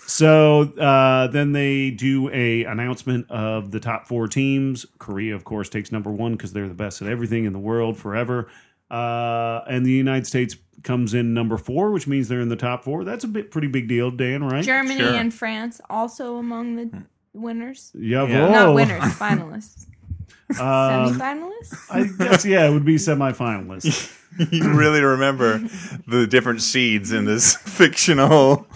Speaker 2: so uh, then they do a announcement of the top four teams. Korea, of course, takes number one because they're the best at everything in the world forever. Uh, and the United States comes in number four, which means they're in the top four. That's a bit pretty big deal, Dan. Right?
Speaker 3: Germany
Speaker 1: Sure.
Speaker 3: and France also among the winners.
Speaker 2: Yeah.
Speaker 3: Not winners, finalists.
Speaker 2: Oh. Um,
Speaker 3: Semi-finalists?
Speaker 2: I guess yeah, it would be semifinalists.
Speaker 1: You really remember the different seeds in this fictional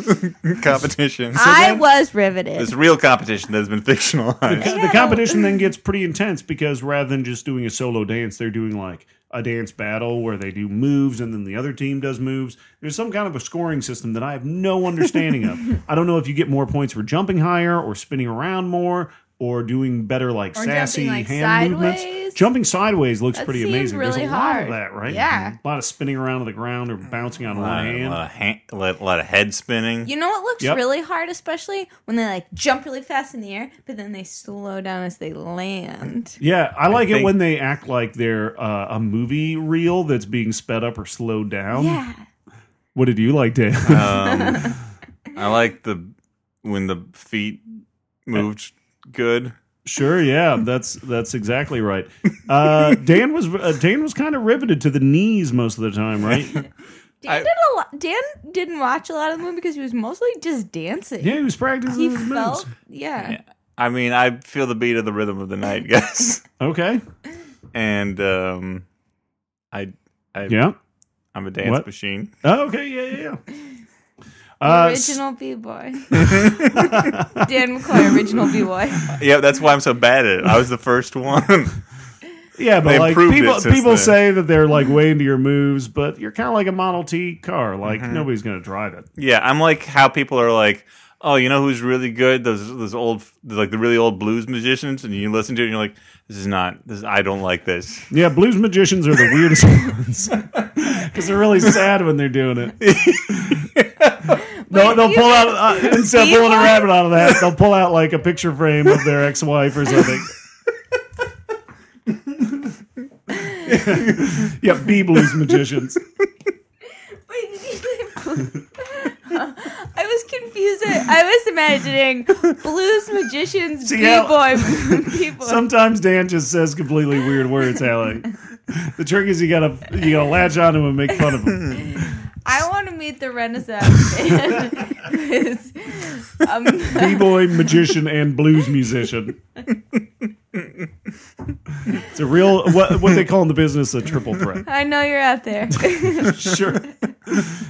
Speaker 1: competition.
Speaker 3: I
Speaker 2: then-
Speaker 3: was riveted.
Speaker 1: This real competition that has been fictionalized.
Speaker 2: the competition then gets pretty intense because rather than just doing a solo dance, they're doing like a dance battle where they do moves and then the other team does moves. There's some kind of a scoring system that I have no understanding of. I don't know if you get more points for jumping higher or spinning around more or doing better like
Speaker 3: Or
Speaker 2: sassy
Speaker 3: jumping, like,
Speaker 2: hand
Speaker 3: sideways.
Speaker 2: movements. Jumping sideways looks
Speaker 3: That
Speaker 2: pretty
Speaker 3: seemed
Speaker 2: amazing.
Speaker 3: really
Speaker 2: There's a lot
Speaker 3: hard.
Speaker 2: of that, right?
Speaker 3: Yeah.
Speaker 2: A lot of spinning around on the ground or bouncing on
Speaker 1: A
Speaker 2: one
Speaker 1: lot of,
Speaker 2: hand.
Speaker 1: lot of ha- a lot- a lot of head spinning.
Speaker 3: You know what looks
Speaker 2: Yep.
Speaker 3: really hard, especially when they like jump really fast in the air, but then they slow down as they land.
Speaker 2: Yeah, I like it
Speaker 1: think-
Speaker 2: when they act like they're uh, a movie reel that's being sped up or slowed down.
Speaker 3: yeah.
Speaker 2: What did you like, Dan?
Speaker 1: Um, I like the when the feet moved good.
Speaker 2: sure, yeah, that's that's exactly right. Uh, Dan was uh, Dan was kind of riveted to the knees most of the time, right?
Speaker 3: Dan
Speaker 1: I-
Speaker 3: did a lot. Dan didn't watch a lot of the movie because he was mostly just dancing.
Speaker 2: yeah, he was practicing
Speaker 3: He
Speaker 2: his moves.
Speaker 3: felt, yeah.
Speaker 1: I mean, I feel the beat of the rhythm of the night, guys.
Speaker 2: Okay,
Speaker 1: and um, I, I
Speaker 2: yeah.
Speaker 1: I'm a dance
Speaker 2: What?
Speaker 1: machine.
Speaker 2: Oh, okay, yeah, yeah, yeah.
Speaker 3: The
Speaker 2: Uh, s-
Speaker 3: original B boy. Dan McCoy, original B boy.
Speaker 1: Yeah, that's why I'm so bad at it. I was the first one.
Speaker 2: yeah, but
Speaker 1: they
Speaker 2: like
Speaker 1: improved it
Speaker 2: people,
Speaker 1: since
Speaker 2: people
Speaker 1: then.
Speaker 2: say that they're like way into your moves, but you're kind of like a Model T car. Like
Speaker 1: Mm-hmm.
Speaker 2: nobody's gonna drive it.
Speaker 1: yeah, I'm like how people are like, oh, you know who's really good? Those those old like the really old blues musicians, and you listen to it, and you're like, this is not this. I don't like this.
Speaker 2: Yeah, blues magicians are the weirdest ones because they're really sad when they're doing it. no,
Speaker 3: Wait,
Speaker 2: they'll
Speaker 3: you-
Speaker 2: pull out uh, instead of
Speaker 3: You
Speaker 2: pulling a
Speaker 3: want-
Speaker 2: rabbit out of that, they'll pull out like a picture frame of their ex-wife or something. yeah, B blues magicians.
Speaker 3: I was confused. I was imagining blues magicians,
Speaker 2: See
Speaker 3: b
Speaker 2: how-
Speaker 3: boy people.
Speaker 2: Sometimes Dan just says completely weird words, Allie. The trick is you gotta you gotta latch onto him and make fun of him.
Speaker 3: I want to meet the Renaissance man. It's, um,
Speaker 2: B boy, magician, and blues musician. It's a real what what they call in the business a triple threat.
Speaker 3: I know you're out there.
Speaker 2: Sure.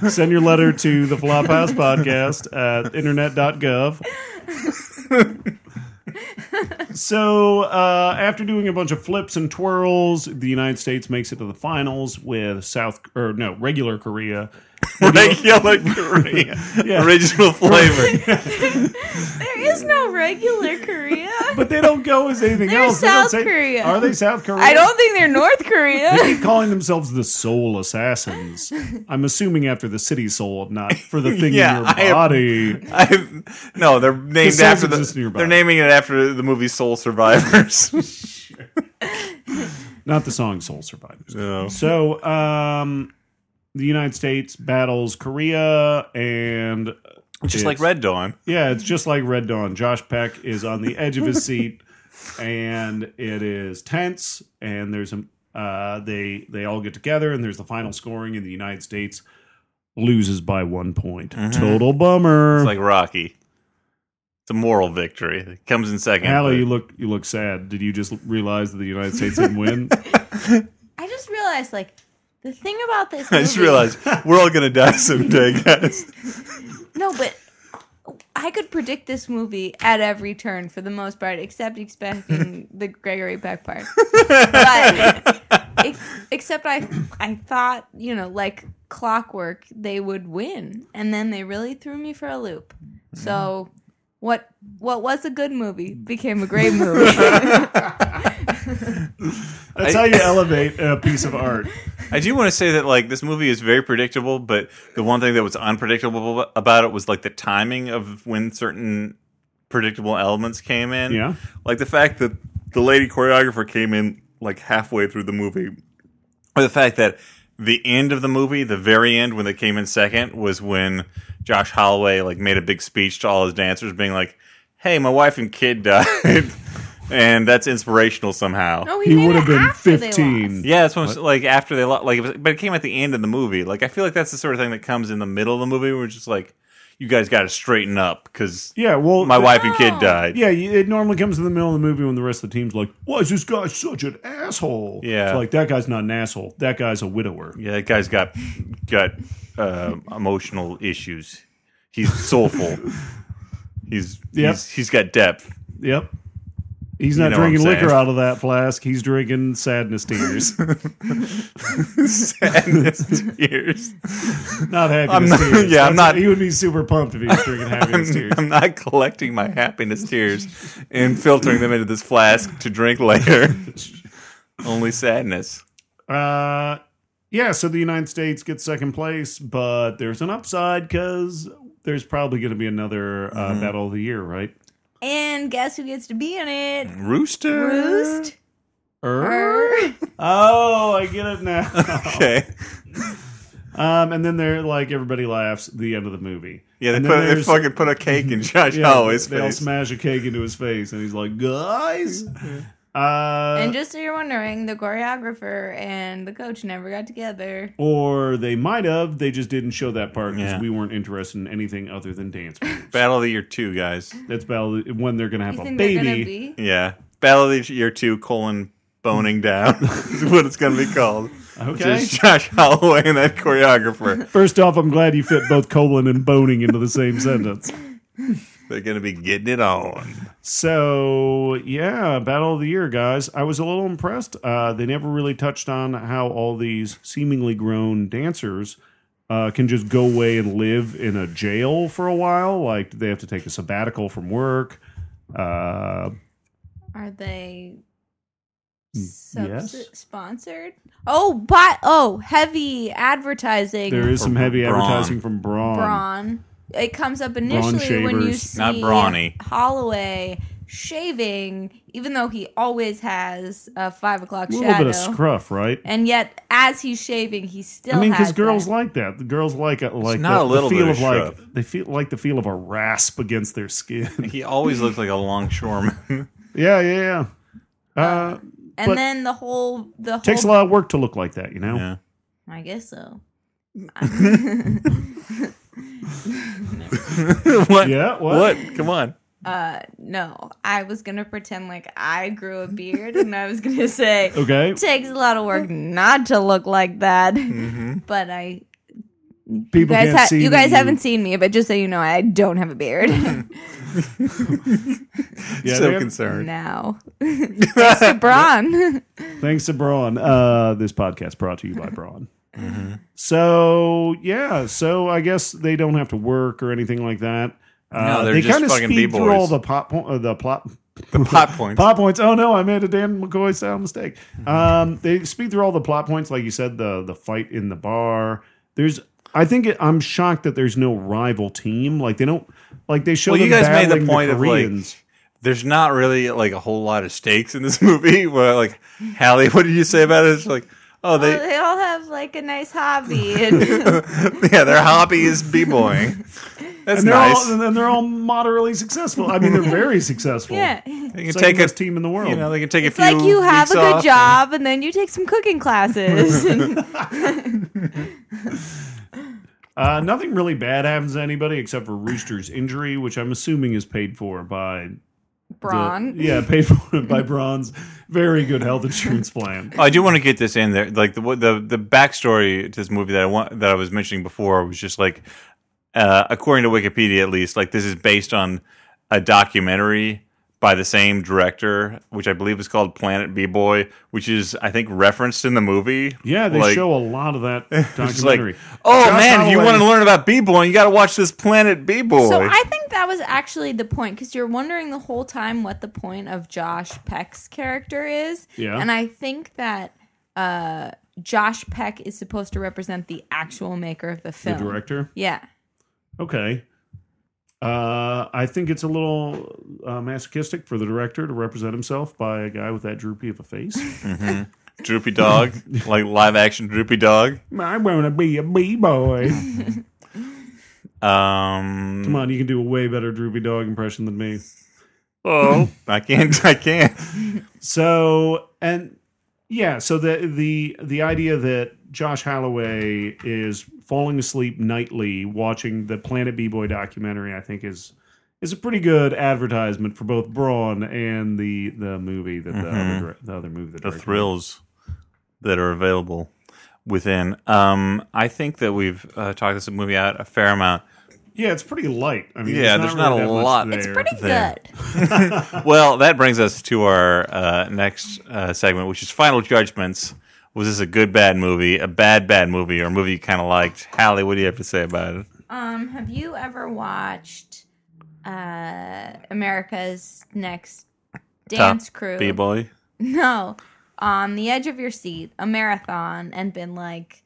Speaker 2: Send your letter to the Flophouse Podcast at internet.gov. so, uh, after doing a bunch of flips and twirls, the United States makes it to the finals with South, or no, regular Korea.
Speaker 1: Regular Korea.
Speaker 2: Yeah.
Speaker 1: Original flavor.
Speaker 3: there is no regular Korea.
Speaker 2: But they don't go as anything
Speaker 3: They're
Speaker 2: else. They don't
Speaker 3: South Korea.
Speaker 2: Are they South Korea?
Speaker 3: I don't think they're North
Speaker 2: They
Speaker 3: Korea.
Speaker 2: keep calling themselves the Soul Assassins. I'm assuming after the city soul, not for the thing
Speaker 1: Yeah,
Speaker 2: in
Speaker 1: I-
Speaker 2: your body.
Speaker 1: I, no, they're named
Speaker 2: souls
Speaker 1: after the.
Speaker 2: exist in your body.
Speaker 1: They're naming it after the movie Soul Survivors.
Speaker 2: not the song Soul Survivors.
Speaker 1: No.
Speaker 2: So, um, the United States battles Korea, and
Speaker 1: Just like
Speaker 2: it's-
Speaker 1: Red Dawn.
Speaker 2: yeah, it's just like Red Dawn. Josh Peck is on the edge of his seat, and it is tense. And there's a uh, they they all get together, and there's the final scoring, and the United States loses by one point. Total bummer.
Speaker 1: Mm-hmm. It's like Rocky. It's a moral victory. It comes in second.
Speaker 2: Allie, you
Speaker 1: but-
Speaker 2: look you look sad. Did you just realize that the United States didn't win?
Speaker 3: I just realized, like, the thing about this
Speaker 1: I just
Speaker 3: movie-
Speaker 1: realized we're all gonna die someday, guys.
Speaker 3: No, but I could predict this movie at every turn for the most part, except expecting the Gregory Peck part. but ex- except I, I thought you know, like clockwork, they would win, and then they really threw me for a loop. So. What what was a good movie became a great movie.
Speaker 2: That's
Speaker 1: I-
Speaker 2: how you elevate a piece of art.
Speaker 1: I do want to say that like this movie is very predictable, but the one thing that was unpredictable about it was like the timing of when certain predictable elements came in.
Speaker 2: Yeah.
Speaker 1: like the fact that the lady choreographer came in like halfway through the movie, or the fact that the end of the movie, the very end when they came in second, was when Josh Holloway like made a big speech to all his dancers, being like, "Hey, my wife and kid died." And that's inspirational somehow.
Speaker 3: No,
Speaker 2: He
Speaker 3: made
Speaker 2: would
Speaker 3: it
Speaker 2: have been
Speaker 3: after they
Speaker 2: 15.
Speaker 3: lost.
Speaker 1: Yeah, that's what, I'm s like after they lo- like, it was, but it came at the end of the movie. Like, I feel like that's the sort of thing that comes in the middle of the movie where it's just like, you guys got to straighten up because
Speaker 2: Yeah, well,
Speaker 1: my wife and kid
Speaker 3: No.
Speaker 1: died.
Speaker 2: Yeah, you- it normally comes in the middle of the movie when the rest of the team's like, "Why is this guy such an asshole?"
Speaker 1: Yeah.
Speaker 2: it's like that guy's not an asshole. That guy's a widower.
Speaker 1: Yeah, that guy's got got uh, emotional issues. He's soulful. he's
Speaker 2: Yep.
Speaker 1: he's he's got depth.
Speaker 2: Yep, he's
Speaker 1: You
Speaker 2: not
Speaker 1: know what I'm
Speaker 2: drinking liquor
Speaker 1: saying.
Speaker 2: out of that flask. He's drinking sadness tears,
Speaker 1: Sadness tears.
Speaker 2: not happiness
Speaker 1: I'm not-
Speaker 2: tears.
Speaker 1: yeah, I'm not-
Speaker 2: He would be super pumped if he was drinking happiness tears.
Speaker 1: I'm not collecting my happiness tears and filtering them into this flask to drink later. Only sadness.
Speaker 2: Uh, yeah, so the United States gets second place, but there's an upside because there's probably going to be another uh,
Speaker 1: Mm-hmm.
Speaker 2: battle of the year, right?
Speaker 3: And guess who gets to be in it?
Speaker 1: Rooster.
Speaker 3: Roost. Er.
Speaker 2: Oh, I get it now.
Speaker 1: Okay.
Speaker 2: Um, and then they're like everybody laughs. The end of the movie.
Speaker 1: Yeah, they
Speaker 2: and
Speaker 1: put
Speaker 2: then
Speaker 1: they
Speaker 2: there's-
Speaker 1: fucking put a cake in Josh
Speaker 2: yeah,
Speaker 1: Holloway's
Speaker 2: They'll
Speaker 1: face.
Speaker 2: smash a cake into his face, and he's like, "Guys." Uh,
Speaker 3: And just so you're wondering, the choreographer and the coach never got together.
Speaker 2: or they might have. They just didn't show that part because
Speaker 1: Yeah.
Speaker 2: we weren't interested in anything other than dance. moves.
Speaker 1: Battle of the Year Two, guys.
Speaker 2: That's about when they're gonna have
Speaker 3: You
Speaker 2: a
Speaker 3: think they're gonna
Speaker 2: baby.
Speaker 3: be?
Speaker 1: Yeah, Battle of the Year Two: colon boning down is what it's going to be called.
Speaker 2: Okay.
Speaker 1: Just Josh Holloway and that choreographer.
Speaker 2: First off, I'm glad you fit both colon and boning into the same sentence.
Speaker 1: They're going to be getting it on.
Speaker 2: So yeah, battle of the year, guys. I was a little impressed. Uh, they never really touched on how all these seemingly grown dancers uh, can just go away and live in a jail for a while. Like do they have to take a sabbatical from work. Uh,
Speaker 3: Are they subs-
Speaker 2: Mm, yes.
Speaker 3: sponsored? Oh, but oh, heavy advertising.
Speaker 2: there is some heavy
Speaker 1: Braun.
Speaker 2: advertising from Braun.
Speaker 3: brawn. It comes up initially when you
Speaker 2: shavers.
Speaker 3: see
Speaker 1: Not brawny.
Speaker 3: Holloway shaving, even though he always has a five o'clock
Speaker 2: A little
Speaker 3: shadow.
Speaker 2: bit of scruff, right?
Speaker 3: and yet, as he's shaving, he still.
Speaker 2: I mean,
Speaker 3: because
Speaker 2: because girls like that. The girls like it, like
Speaker 1: not a
Speaker 2: the,
Speaker 1: little
Speaker 2: the feel
Speaker 1: bit
Speaker 2: of
Speaker 1: of
Speaker 2: like
Speaker 1: scruff.
Speaker 2: they feel like the feel of a rasp against their skin.
Speaker 1: He always looks like a longshoreman.
Speaker 2: yeah, yeah, yeah. Uh, but-
Speaker 3: and then the whole the whole.
Speaker 2: takes a lot of work to look like that, you know.
Speaker 1: yeah.
Speaker 3: I guess so.
Speaker 1: what?
Speaker 2: Yeah, what?
Speaker 1: Come on.
Speaker 3: Uh, no, I was gonna pretend like I grew a beard, and I was gonna say
Speaker 2: Okay,
Speaker 3: it takes a lot of work not to look like that. But I, you
Speaker 2: Mm-hmm. people
Speaker 3: guys,
Speaker 2: can't
Speaker 3: ha-
Speaker 2: see
Speaker 3: you
Speaker 2: that
Speaker 3: guys haven't seen me, but just so you know, I don't have a beard
Speaker 2: Yeah,
Speaker 1: so
Speaker 2: they-
Speaker 1: concerned.
Speaker 3: now. Thanks to Braun.
Speaker 2: Thanks to Braun. Uh, this podcast brought to you by Braun.
Speaker 1: Mm-hmm.
Speaker 2: So yeah, so I guess they don't have to work or anything like that. Uh,
Speaker 1: No, they're
Speaker 2: they
Speaker 1: just
Speaker 2: kinda
Speaker 1: fucking
Speaker 2: speed through
Speaker 1: B-boys.
Speaker 2: all the pop, po- uh, the plot,
Speaker 1: The plot points.
Speaker 2: plot points. Oh no, I made a Dan McCoy sound mistake.
Speaker 1: Mm-hmm.
Speaker 2: Um, they speed through all the plot points, like you said, the the fight in the bar. There's, I think it, I'm shocked that there's no rival team. Like they don't, like they show.
Speaker 1: Well,
Speaker 2: them
Speaker 1: you guys made the
Speaker 2: battling
Speaker 1: point of, like,
Speaker 2: Koreans.
Speaker 1: There's not really like a whole lot of stakes in this movie. Where like, Hallie, what did you say about it? It's like, oh,
Speaker 3: Well,
Speaker 1: they,
Speaker 3: they all have like a nice hobby. And
Speaker 1: yeah, their hobby is b-boying. That's
Speaker 2: and they're
Speaker 1: nice.
Speaker 2: all and they're all moderately successful. I mean, they're very successful.
Speaker 3: yeah.
Speaker 1: they can
Speaker 2: Second
Speaker 1: take a
Speaker 2: best team in the world.
Speaker 1: You know, they can take
Speaker 3: It's
Speaker 1: a few.
Speaker 3: like you have
Speaker 1: weeks
Speaker 3: a good
Speaker 1: off.
Speaker 3: job and then you take some cooking classes.
Speaker 2: Uh, nothing really bad happens to anybody except for Rooster's injury, which I'm assuming is paid for by the-
Speaker 3: Braun.
Speaker 2: yeah, paid for by Braun's very good health insurance plan.
Speaker 1: Oh, I do want to get this in there. Like the the the backstory to this movie that I want that I was mentioning before was just like, uh, according to Wikipedia at least, like this is based on a documentary by the same director, which I believe is called Planet B Boy, which is I think referenced in the movie.
Speaker 2: Yeah, they
Speaker 1: Like,
Speaker 2: show a lot of that
Speaker 1: It's like,
Speaker 2: documentary.
Speaker 1: oh
Speaker 2: Josh
Speaker 1: man, if you
Speaker 2: Holloway-
Speaker 1: want to learn about B Boy, you got to watch this Planet B Boy.
Speaker 3: So I think that was actually the point because you're wondering the whole time what the point of Josh Peck's character is.
Speaker 2: Yeah.
Speaker 3: And I think that uh, Josh Peck is supposed to represent the actual maker of the
Speaker 2: the
Speaker 3: film.
Speaker 2: director.
Speaker 3: Yeah.
Speaker 2: Okay. Uh, I think it's a little uh, masochistic for the director to represent himself by a guy with that droopy of a face.
Speaker 1: droopy dog, like live action droopy dog.
Speaker 2: I want to be a bee boy.
Speaker 1: Um,
Speaker 2: Come on, you can do a way better droopy dog impression than me.
Speaker 1: oh, I can't, I can't.
Speaker 2: So and yeah, so the the the idea that Josh Holloway is falling asleep nightly watching the Planet B Boy documentary, I think is is a pretty good advertisement for both Braun and the the movie that the, other, dir- the other movie that
Speaker 1: Mm-hmm. the thrills that are available within. Um, I think that we've uh, talked this movie out a fair amount.
Speaker 2: Yeah, it's pretty light. I mean,
Speaker 1: Yeah,
Speaker 2: there's
Speaker 1: there's not
Speaker 2: not, really
Speaker 1: a
Speaker 2: that much
Speaker 1: lot.
Speaker 2: There.
Speaker 1: It's
Speaker 3: Pretty
Speaker 1: There.
Speaker 3: good.
Speaker 1: Well, that brings us to our uh, next uh, segment, which is final judgments. Was this a good bad movie, a bad bad movie, or a movie you kind of liked? Hallie, what do you have to say about it?
Speaker 3: Um, have you ever watched uh, America's Next Dance Crew?
Speaker 1: B boy.
Speaker 3: No, on the edge of your seat, a marathon, and been like,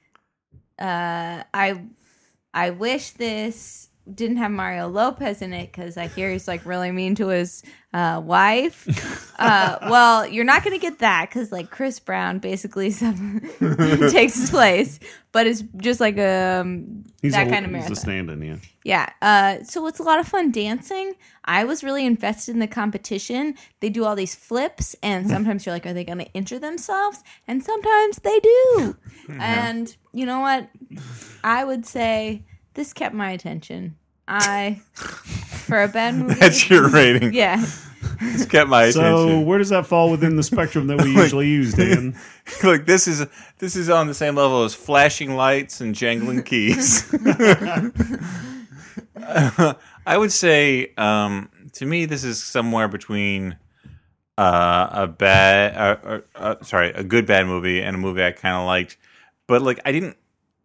Speaker 3: uh, I, I wish this didn't have Mario Lopez in it because I hear he's like really mean to his uh, wife. uh, well, you're not gonna get that because like Chris Brown basically some takes his place, but it's just like um
Speaker 2: He's
Speaker 3: that
Speaker 2: a,
Speaker 3: kind of
Speaker 2: he's
Speaker 3: marathon.
Speaker 2: a stand-in. Yeah,
Speaker 3: Yeah. Uh, so it's a lot of fun dancing. I was really invested in the competition. They do all these flips, and sometimes you're like, are they going to injure themselves? And sometimes they do.
Speaker 1: Hmm.
Speaker 3: And you know what? I would say this kept my attention. I, for a bad movie.
Speaker 1: That's your rating.
Speaker 3: yeah.
Speaker 1: It's kept my
Speaker 2: So
Speaker 1: attention.
Speaker 2: where does that fall within the spectrum that we usually use, Dan?
Speaker 1: Look, this is this is on the same level as flashing lights and jangling keys. I would say um, to me, this is somewhere between uh, a bad, uh, uh, uh, sorry, a good bad movie and a movie I kind of liked. But like, I didn't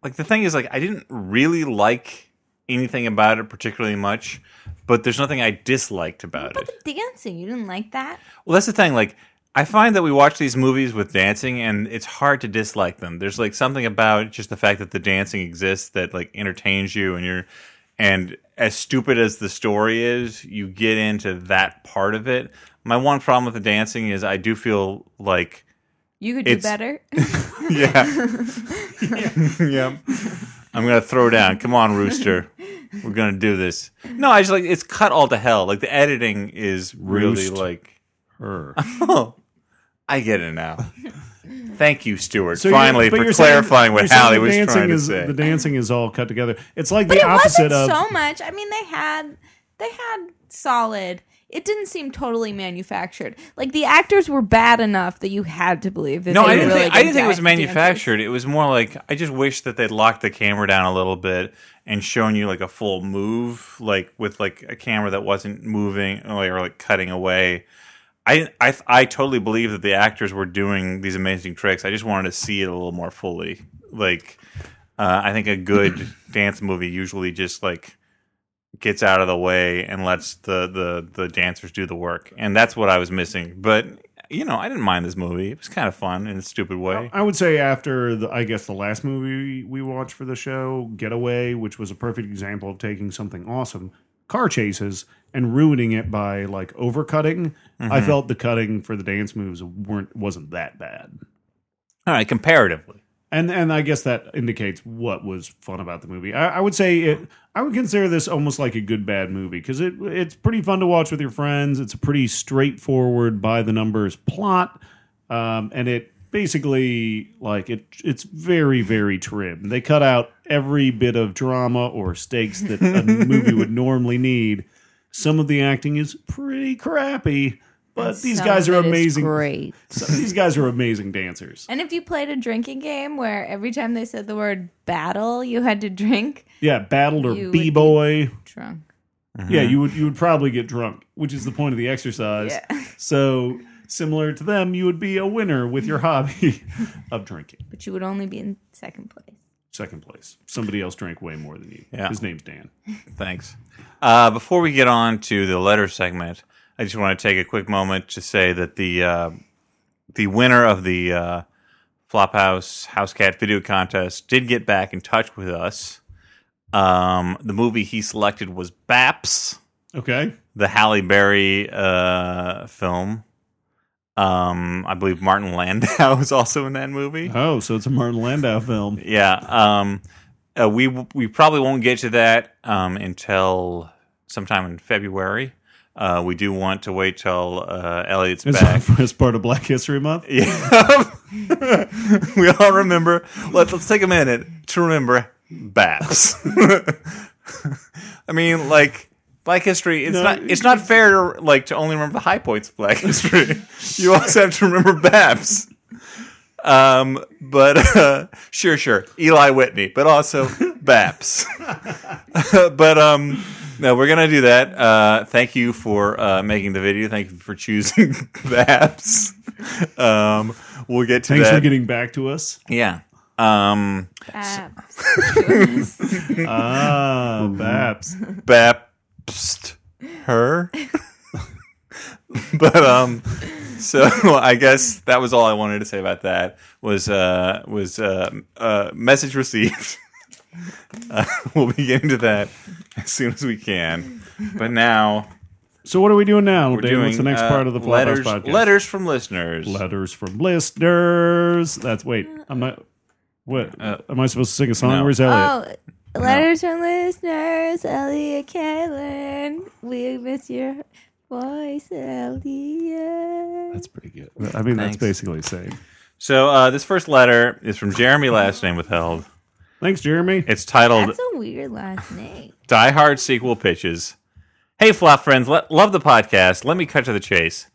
Speaker 1: like the thing is like I didn't really like anything about it particularly much. But there's nothing I disliked about it.
Speaker 3: Dancing. You didn't like that?
Speaker 1: Well, that's the thing. Like, I find that we watch these movies with dancing, and it's hard to dislike them. There's like something about just the fact that the dancing exists that like entertains you, and you're And as stupid as the story is, you get into that part of it. My one problem with the dancing is I do feel like
Speaker 3: You could do
Speaker 1: It's-
Speaker 3: better.
Speaker 1: yeah. yeah. I'm gonna throw down. Come on, Rooster. We're gonna do this. No, I just like it's cut all to hell. Like the editing is really
Speaker 2: Roost.
Speaker 1: like
Speaker 2: Her.
Speaker 1: Oh I get it now. Thank you, Stuart,
Speaker 2: So you're-
Speaker 1: finally
Speaker 2: but
Speaker 1: for
Speaker 2: you're saying-
Speaker 1: clarifying
Speaker 2: you're
Speaker 1: what
Speaker 2: saying
Speaker 1: Hallie
Speaker 2: the
Speaker 1: was
Speaker 2: dancing
Speaker 1: trying to
Speaker 2: is,
Speaker 1: say.
Speaker 2: The dancing is all cut together. It's like
Speaker 3: But
Speaker 2: the
Speaker 3: it
Speaker 2: opposite
Speaker 3: wasn't
Speaker 2: of
Speaker 3: so much. I mean, they had they had solid. It didn't seem totally manufactured. Like the actors were bad enough that you had to believe that.
Speaker 1: no,
Speaker 3: they
Speaker 1: I
Speaker 3: were
Speaker 1: didn't,
Speaker 3: really
Speaker 1: think, I didn't
Speaker 3: good
Speaker 1: think it was
Speaker 3: da-
Speaker 1: manufactured. It was more like I just wish that they'd locked the camera down a little bit and shown you like a full move, like with like a camera that wasn't moving or like, or, like cutting away. I, I I totally believe that the actors were doing these amazing tricks. I just wanted to see it a little more fully. Like uh, I think a good dance movie usually just like gets out of the way and lets the, the the dancers do the work. And that's what I was missing. But you know, I didn't mind this movie. It was kind of fun in a stupid way.
Speaker 2: I would say after the, I guess the last movie we watched for the show, Getaway, which was a perfect example of taking something awesome, car chases, and ruining it by like overcutting. I
Speaker 1: Mm-hmm.
Speaker 2: felt the cutting for the dance moves weren't wasn't that bad,
Speaker 1: All right, comparatively.
Speaker 2: and and I guess that indicates what was fun about the movie. I, I would say it. I would consider this almost like a good bad movie because it it's pretty fun to watch with your friends. It's a pretty straightforward by the numbers plot, um, and it basically like it it's very very trim. They cut out every bit of drama or stakes that a movie would normally need. Some of the acting is pretty crappy, but these
Speaker 3: Some
Speaker 2: guys
Speaker 3: of
Speaker 2: are
Speaker 3: it is
Speaker 2: amazing.
Speaker 3: Great.
Speaker 2: Some, these guys are amazing dancers.
Speaker 3: And if you played a drinking game where every time they said the word battle, you had to drink
Speaker 2: Yeah, battled or
Speaker 3: You would be-
Speaker 2: b boy.
Speaker 3: drunk.
Speaker 2: Yeah, you would you would probably get drunk, which is the point of the exercise.
Speaker 3: Yeah.
Speaker 2: So similar to them, you would be a winner with your hobby of drinking.
Speaker 3: But you would only be in second place.
Speaker 2: Second place. Somebody else drank way more than you.
Speaker 1: Yeah.
Speaker 2: His name's Dan.
Speaker 1: Thanks. Uh, before we get on to the letter segment, I just want to take a quick moment to say that the uh, the winner of the uh, Flophouse House Cat video contest did get back in touch with us. Um, the movie he selected was Baps,
Speaker 2: Okay.
Speaker 1: the Halle Berry uh, film. Um, I believe Martin Landau was also in that movie.
Speaker 2: Oh, so it's a Martin Landau film.
Speaker 1: Yeah. Um, uh, we we probably won't get to that um, until sometime in February. Uh, we do want to wait till uh, Elliot's
Speaker 2: It's
Speaker 1: back.
Speaker 2: as part of Black History Month.
Speaker 1: Yeah. we all remember. Let's let's take a minute to remember Babs. I mean, like Black History. It's
Speaker 2: No,
Speaker 1: not. It's not fair to like to only remember the high points of Black History. you also have to remember Babs. Um, but uh, sure, sure, Eli Whitney, but also Babs. but um. No, we're gonna do that. Uh, thank you for uh, making the video. Thank you for choosing Babs. Um, we'll get to
Speaker 2: Thanks
Speaker 1: that.
Speaker 2: for getting back to us.
Speaker 1: Yeah. Um,
Speaker 3: Uh, Abs.
Speaker 2: Ah, Babs.
Speaker 1: Bapst her. but um so I guess that was all I wanted to say about that was uh was uh, uh message received. uh, we'll be getting to that as soon as we can. But now
Speaker 2: So what are we doing now?
Speaker 1: we're
Speaker 2: Dan,
Speaker 1: doing
Speaker 2: what's the next
Speaker 1: uh,
Speaker 2: part of the Flophouse
Speaker 1: letters,
Speaker 2: podcast?
Speaker 1: letters from listeners.
Speaker 2: Letters from listeners. That's wait. I'm not. What am I supposed to sing a song?
Speaker 1: no.
Speaker 2: Where's Elliot?
Speaker 3: Oh, letters from listeners, Elliot Caitlin. We miss your voice, Elliot.
Speaker 2: That's pretty good. I mean,
Speaker 1: Thanks.
Speaker 2: that's basically saying,
Speaker 1: So uh this first letter is from Jeremy last name withheld.
Speaker 2: thanks, Jeremy.
Speaker 1: It's titled
Speaker 3: That's a weird last name.
Speaker 1: Die Hard sequel pitches. Hey, flop friends, le- love the podcast. Let me cut to the chase.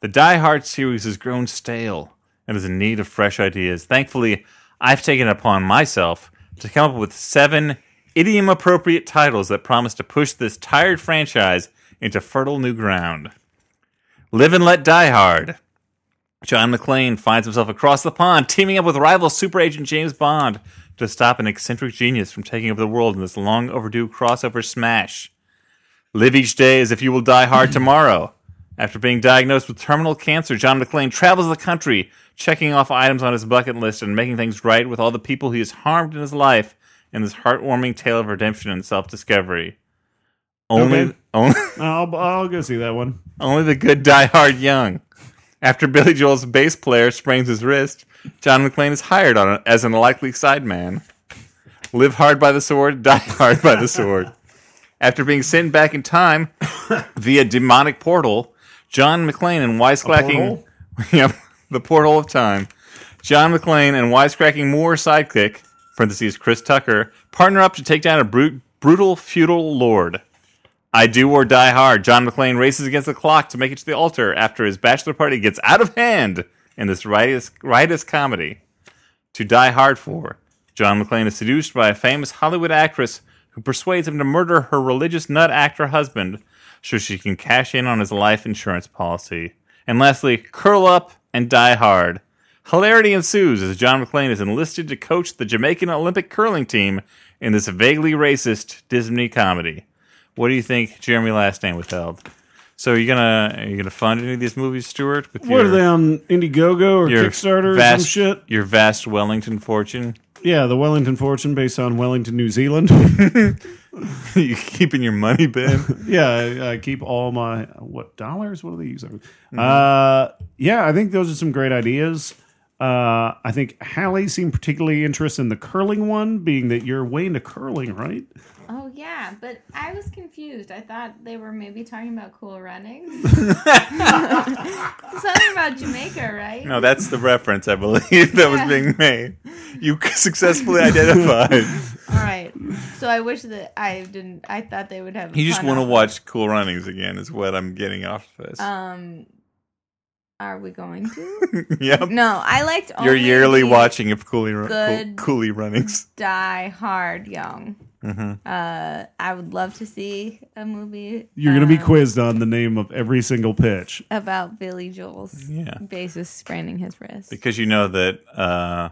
Speaker 1: The Die Hard series has grown stale and is in need of fresh ideas. Thankfully, I've taken it upon myself to come up with seven idiom appropriate titles that promise to push this tired franchise into fertile new ground. Live and Let Die Hard. John McClane finds himself across the pond, teaming up with rival super agent James Bond to stop an eccentric genius from taking over the world in this long overdue crossover smash. Live each day as if you will die hard tomorrow. After being diagnosed with terminal cancer, John McClane travels the country, checking off items on his bucket list and making things right with all the people he has harmed in his life in this heartwarming tale of redemption and self discovery. Only,
Speaker 2: Okay.
Speaker 1: only,
Speaker 2: I'll, I'll go see that one.
Speaker 1: only the good die hard young. After Billy Joel's bass player sprains his wrist, John McClane is hired on as an likely sideman. Live hard by the sword, die hard by the sword. After being sent back in time via demonic portal, John McClane and wisecracking
Speaker 2: portal?
Speaker 1: yep, the portal of time. John McClane and wisecracking Moore sidekick (parentheses Chris Tucker) partner up to take down a brute, brutal feudal lord. I do or die hard. John McClane races against the clock to make it to the altar after his bachelor party gets out of hand in this riotous, riotous comedy. To die hard for, John McClane is seduced by a famous Hollywood actress who persuades him to murder her religious nut actor husband so she can cash in on his life insurance policy. And lastly, curl up and die hard. Hilarity ensues as John McClane is enlisted to coach the Jamaican Olympic curling team in this vaguely racist Disney comedy. What do you think Jeremy Last Name withheld? So are you gonna are you gonna fund any of these movies, Stuart? With
Speaker 2: What are they on Indiegogo or Kickstarter or
Speaker 1: vast,
Speaker 2: some shit?
Speaker 1: Your vast Wellington fortune.
Speaker 2: Yeah, the Wellington Fortune based on Wellington, New Zealand.
Speaker 1: you keeping your money, Ben?
Speaker 2: yeah, I, I keep all my what dollars? What do they use? Uh, yeah, I think those are some great ideas. Uh, I think Hallie seemed particularly interested in the curling one, being that you're way into curling, right?
Speaker 3: Oh yeah, but I was confused. I thought they were maybe talking about Cool Runnings. Something about Jamaica, right?
Speaker 1: no, that's the reference I believe that was
Speaker 3: Yeah.
Speaker 1: being made. You successfully identified.
Speaker 3: All right. So I wish that I didn't. I thought they would have.
Speaker 1: you just
Speaker 3: fun
Speaker 1: want to
Speaker 3: off.
Speaker 1: watch Cool Runnings again, is what I'm getting off of this.
Speaker 3: Um, are we going to?
Speaker 1: yep,
Speaker 3: no, I liked
Speaker 1: your
Speaker 3: only
Speaker 1: yearly
Speaker 3: the
Speaker 1: watching of Cooley Run- Cool,
Speaker 3: good-
Speaker 1: Cooley Runnings.
Speaker 3: Die Hard Young.
Speaker 1: Mm-hmm.
Speaker 3: Uh, I would love to see a movie.
Speaker 2: You're going to be
Speaker 3: um,
Speaker 2: quizzed on the name of every single pitch.
Speaker 3: about Billy Joel's
Speaker 1: Yeah.
Speaker 3: bassist spraining his wrist.
Speaker 1: because you know that uh,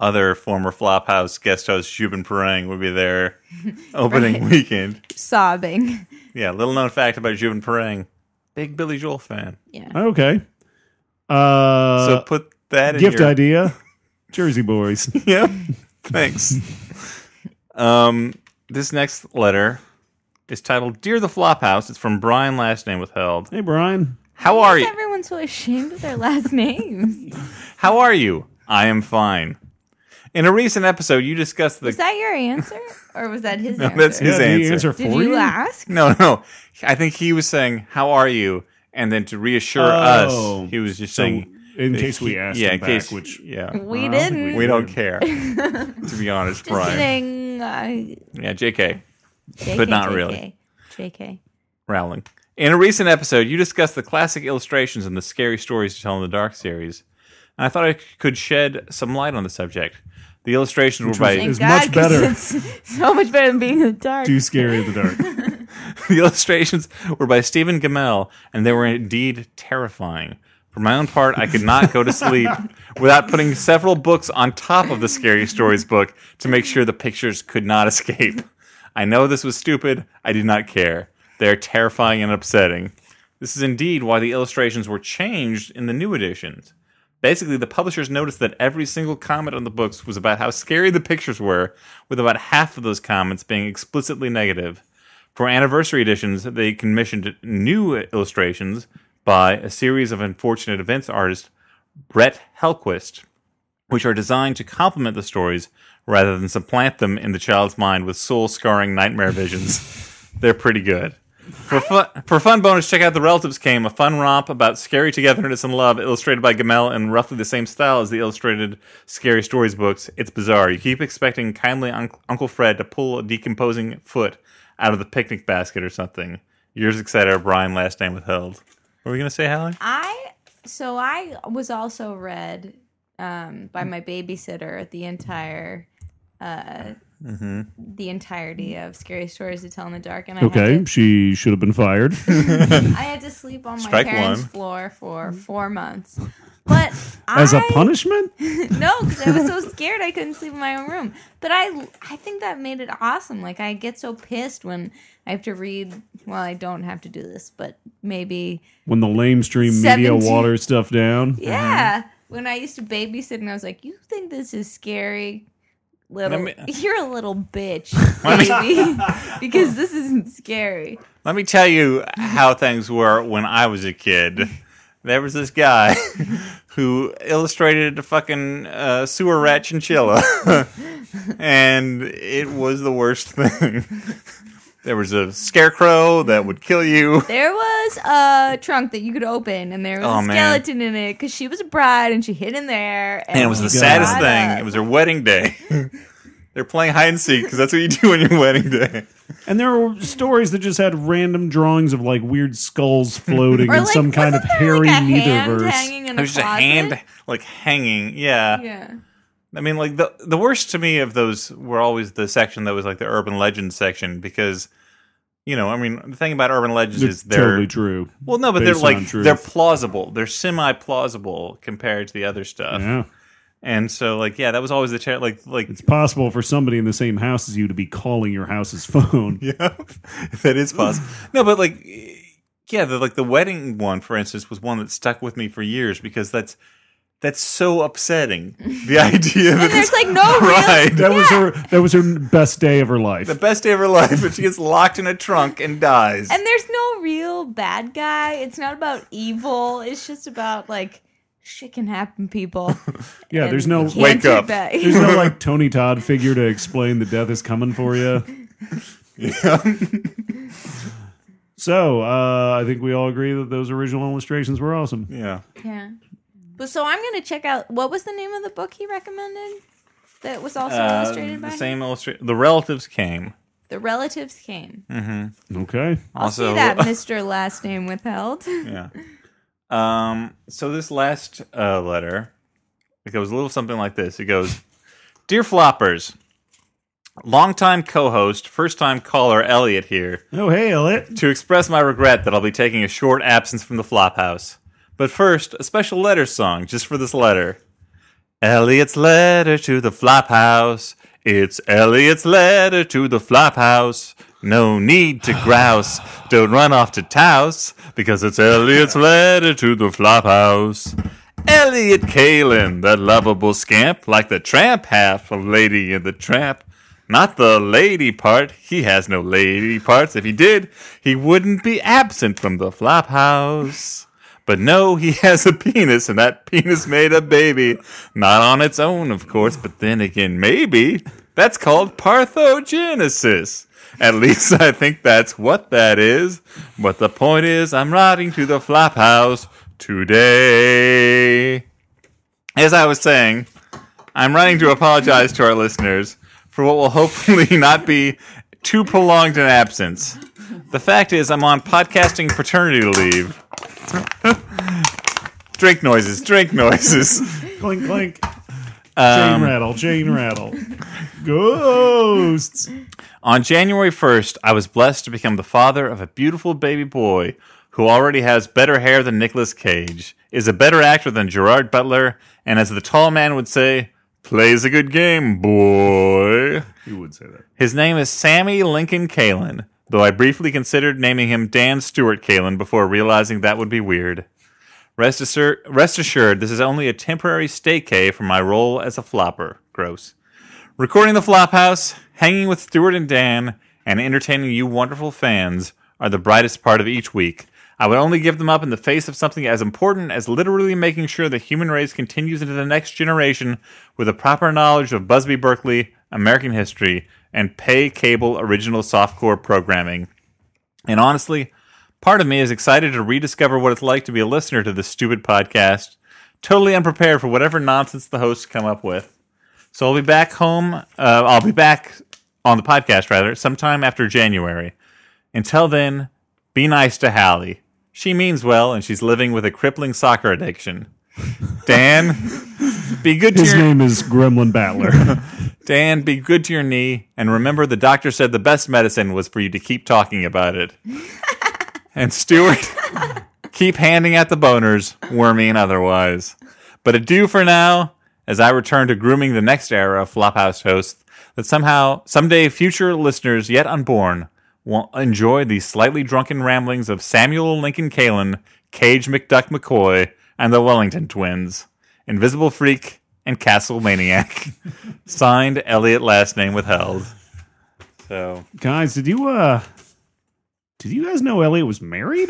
Speaker 1: other former Flophouse guest host Shubin Parang would be there opening weekend.
Speaker 3: Sobbing.
Speaker 1: Yeah, little known fact about Jubin Parang, big Billy Joel fan.
Speaker 3: Yeah.
Speaker 2: Okay. Uh,
Speaker 1: so put that in
Speaker 2: gift
Speaker 1: your
Speaker 2: idea Jersey Boys.
Speaker 1: Yep. Thanks. um, this next letter is titled "Dear the Flophouse." It's from Brian, last name withheld.
Speaker 2: hey, Brian.
Speaker 1: How
Speaker 3: Why
Speaker 1: are
Speaker 3: is
Speaker 1: you?
Speaker 3: everyone so ashamed of their last names?
Speaker 1: How are you? I am fine. In a recent episode, you discussed the.
Speaker 3: Is that your answer, or was that his answer?
Speaker 1: that's his
Speaker 2: Yeah, did he
Speaker 1: answer.
Speaker 2: answer
Speaker 3: Did
Speaker 2: for
Speaker 3: you ask?
Speaker 1: No, no. I think he was saying, "How are you?" And then to reassure
Speaker 2: Oh.
Speaker 1: us, he was just
Speaker 2: So,
Speaker 1: saying,
Speaker 2: in case we asked
Speaker 1: "Yeah,
Speaker 2: him
Speaker 1: in
Speaker 2: back,
Speaker 1: case,
Speaker 2: which
Speaker 1: yeah,
Speaker 3: We
Speaker 2: I don't think
Speaker 3: didn't.
Speaker 1: we don't care." to be honest,
Speaker 3: Just
Speaker 1: Brian.
Speaker 3: kidding. Uh, I,
Speaker 1: Yeah, J.K.
Speaker 3: JK,
Speaker 1: But not
Speaker 3: JK,
Speaker 1: really.
Speaker 3: JK.
Speaker 1: Rowling. In a recent episode, you discussed the classic illustrations in the Scary Stories to Tell in the Dark series, and I thought I could shed some light on the subject. The illustrations were by
Speaker 3: Thank
Speaker 2: It's
Speaker 3: God,
Speaker 2: much
Speaker 3: 'cause
Speaker 2: better.
Speaker 3: It's so much better than being in the dark.
Speaker 2: too scary in the dark.
Speaker 1: the illustrations were by Stephen Gamel, and they were indeed terrifying. For my own part, I could not go to sleep without putting several books on top of the Scary Stories book to make sure the pictures could not escape. I know this was stupid. I did not care. They are terrifying and upsetting. This is indeed why the illustrations were changed in the new editions. Basically, the publishers noticed that every single comment on the books was about how scary the pictures were, with about half of those comments being explicitly negative. For anniversary editions, they commissioned new illustrations by a series of unfortunate events artist Brett Helquist, which are designed to complement the stories rather than supplant them in the child's mind with soul scarring nightmare visions. They're pretty good. For fun, for fun bonus, check out The Relatives Came, a fun romp about scary togetherness and love, illustrated by Gamel in roughly the same style as the illustrated Scary Stories books. It's bizarre. You keep expecting kindly un- Uncle Fred to pull a decomposing foot out of the picnic basket or something. Yours, etc. Brian, last name withheld. What were we going to say, Hallie?
Speaker 3: I so I was also read um, by my babysitter the entire
Speaker 1: Mm-hmm.
Speaker 3: uh, the entirety of Scary Stories to Tell in the Dark, and I
Speaker 2: Okay,
Speaker 3: had to,
Speaker 2: she should have been fired.
Speaker 3: I had to sleep on my
Speaker 1: Strike
Speaker 3: parents'
Speaker 1: one.
Speaker 3: floor for four months. But
Speaker 2: As
Speaker 3: a
Speaker 2: a punishment?
Speaker 3: no, because I was so scared I couldn't sleep in my own room. But I, I think that made it awesome. Like I get so pissed when I have to read. Well, I don't have to do this, but maybe
Speaker 2: When the lamestream media
Speaker 3: 17.
Speaker 2: waters stuff down?
Speaker 3: yeah. When I used to babysit, and I was like, "You think this is scary? little.
Speaker 1: Let me-
Speaker 3: you're a little bitch,
Speaker 1: Let me-
Speaker 3: baby. because this isn't scary.
Speaker 1: Let me tell you how things were when I was a kid. There was this guy who illustrated a fucking uh, sewer rat chinchilla, and it was the worst thing. There was a scarecrow that would kill you.
Speaker 3: There was a trunk that you could open, and there was
Speaker 1: Oh,
Speaker 3: a
Speaker 1: man.
Speaker 3: skeleton in it because she was a bride and she hid in there. And,
Speaker 1: And it was the
Speaker 3: got
Speaker 1: saddest
Speaker 3: up.
Speaker 1: thing. It was her wedding day. They're playing hide and seek because that's what you do on your wedding day.
Speaker 2: And there were stories that just had random drawings of like weird skulls floating
Speaker 3: Or,
Speaker 2: in
Speaker 3: like,
Speaker 2: some kind of
Speaker 3: wasn't there,
Speaker 2: hairy
Speaker 3: like, a hand
Speaker 2: neitherverse.
Speaker 3: hanging in
Speaker 1: It was just a
Speaker 3: closet?
Speaker 1: hand like hanging. Yeah.
Speaker 3: Yeah.
Speaker 1: I mean, like the the worst to me of those were always the section that was like the urban legend section because, you know, I mean, the thing about urban legends
Speaker 2: It's
Speaker 1: is they're
Speaker 2: totally true.
Speaker 1: well, no, but they're
Speaker 2: based on
Speaker 1: like
Speaker 2: truth.
Speaker 1: they're plausible, they're semi plausible compared to the other stuff,
Speaker 2: yeah.
Speaker 1: and so like yeah, that was always the chair like like
Speaker 2: It's possible for somebody in the same house as you to be calling your house's phone.
Speaker 1: yeah, that is possible. no, but like yeah, the like the wedding one for instance was one that stuck with me for years because that's that's so upsetting. The idea that
Speaker 3: There's
Speaker 1: this
Speaker 3: like no real.
Speaker 1: bride
Speaker 2: That was her. That was her best day of her life.
Speaker 1: the best day of her life, but she gets locked in a trunk and dies.
Speaker 3: And there's no real bad guy. It's not about evil. It's just about like shit can happen, people.
Speaker 2: Yeah,
Speaker 3: And
Speaker 2: there's no-
Speaker 3: you can't
Speaker 1: Wake
Speaker 3: do
Speaker 1: up.
Speaker 3: that.
Speaker 2: There's no like Tony Todd figure to explain the death is coming for you. So uh, I think we all agree that those original illustrations were awesome.
Speaker 1: yeah.
Speaker 3: yeah. But so I'm gonna check out what was the name of the book he recommended that was also
Speaker 1: Uh,
Speaker 3: illustrated by
Speaker 1: the
Speaker 3: him?
Speaker 1: same illustra- The relatives came.
Speaker 3: The relatives came.
Speaker 2: Okay.
Speaker 1: Also,
Speaker 3: See that Mr. Last Name Withheld.
Speaker 1: yeah. Um. So this last uh, letter, it goes a little something like this. It goes, "Dear Floppers, longtime co-host, first-time caller Elliot here."
Speaker 2: Oh hey, Elliot.
Speaker 1: to express my regret that I'll be taking a short absence from the Flophouse. But first, a special letter song just for this letter. Elliot's letter to the Flophouse. It's Elliot's letter to the Flophouse. No need to grouse. Don't run off to Taos because it's Elliot's letter to the Flophouse. Elliot Kalin, that lovable scamp, like the tramp half of Lady and the Tramp. Not the lady part. He has no lady parts. If he did, he wouldn't be absent from the flophouse. But no, he has a penis, and that penis made a baby. Not on its own, of course, but then again, maybe. That's called parthogenesis. At least I think that's what that is. But the point is, I'm riding to the flophouse today. As I was saying, I'm running to apologize to our listeners for what will hopefully not be too prolonged an absence. The fact is, I'm on podcasting paternity leave. drink noises, drink noises.
Speaker 2: Clink clink. chain rattle. Chain rattle. Ghosts.
Speaker 1: On January 1st, I was blessed to become the father of a beautiful baby boy who already has better hair than Nicolas Cage, is a better actor than Gerard Butler, and as the tall man would say, plays a good game, boy.
Speaker 2: You would say that.
Speaker 1: His name is Sammy Lincoln Kalen, though I briefly considered naming him Dan Stewart Kalen before realizing that would be weird. Rest, assur- rest assured, this is only a temporary staycay for my role as a flopper. Gross. Recording the Flophouse, hanging with Stewart and Dan, and entertaining you wonderful fans are the brightest part of each week. I would only give them up in the face of something as important as literally making sure the human race continues into the next generation with a proper knowledge of Busby Berkeley, American history, and pay cable original softcore programming. And honestly, part of me is excited to rediscover what it's like to be a listener to this stupid podcast, totally unprepared for whatever nonsense the hosts come up with. So I'll be back home. Uh, I'll be back on the podcast, rather, sometime after January. Until then, be nice to Hallie. She means well, and she's living with a crippling soccer addiction. Dan, be good to
Speaker 2: His
Speaker 1: your
Speaker 2: name is Gremlin Battler.
Speaker 1: Dan, be good to your knee, and remember the doctor said the best medicine was for you to keep talking about it. and Stuart, keep handing out the boners, wormy and otherwise. But adieu for now, as I return to grooming the next era of Flophouse hosts that somehow, someday, future listeners yet unborn will enjoy the slightly drunken ramblings of Samuel Lincoln Kalin, Cage McDuck McCoy, and the Wellington twins. Invisible Freak, and Castle Maniac. Signed Elliot, last name withheld. So
Speaker 2: Guys, did you uh did you guys know Elliot was married?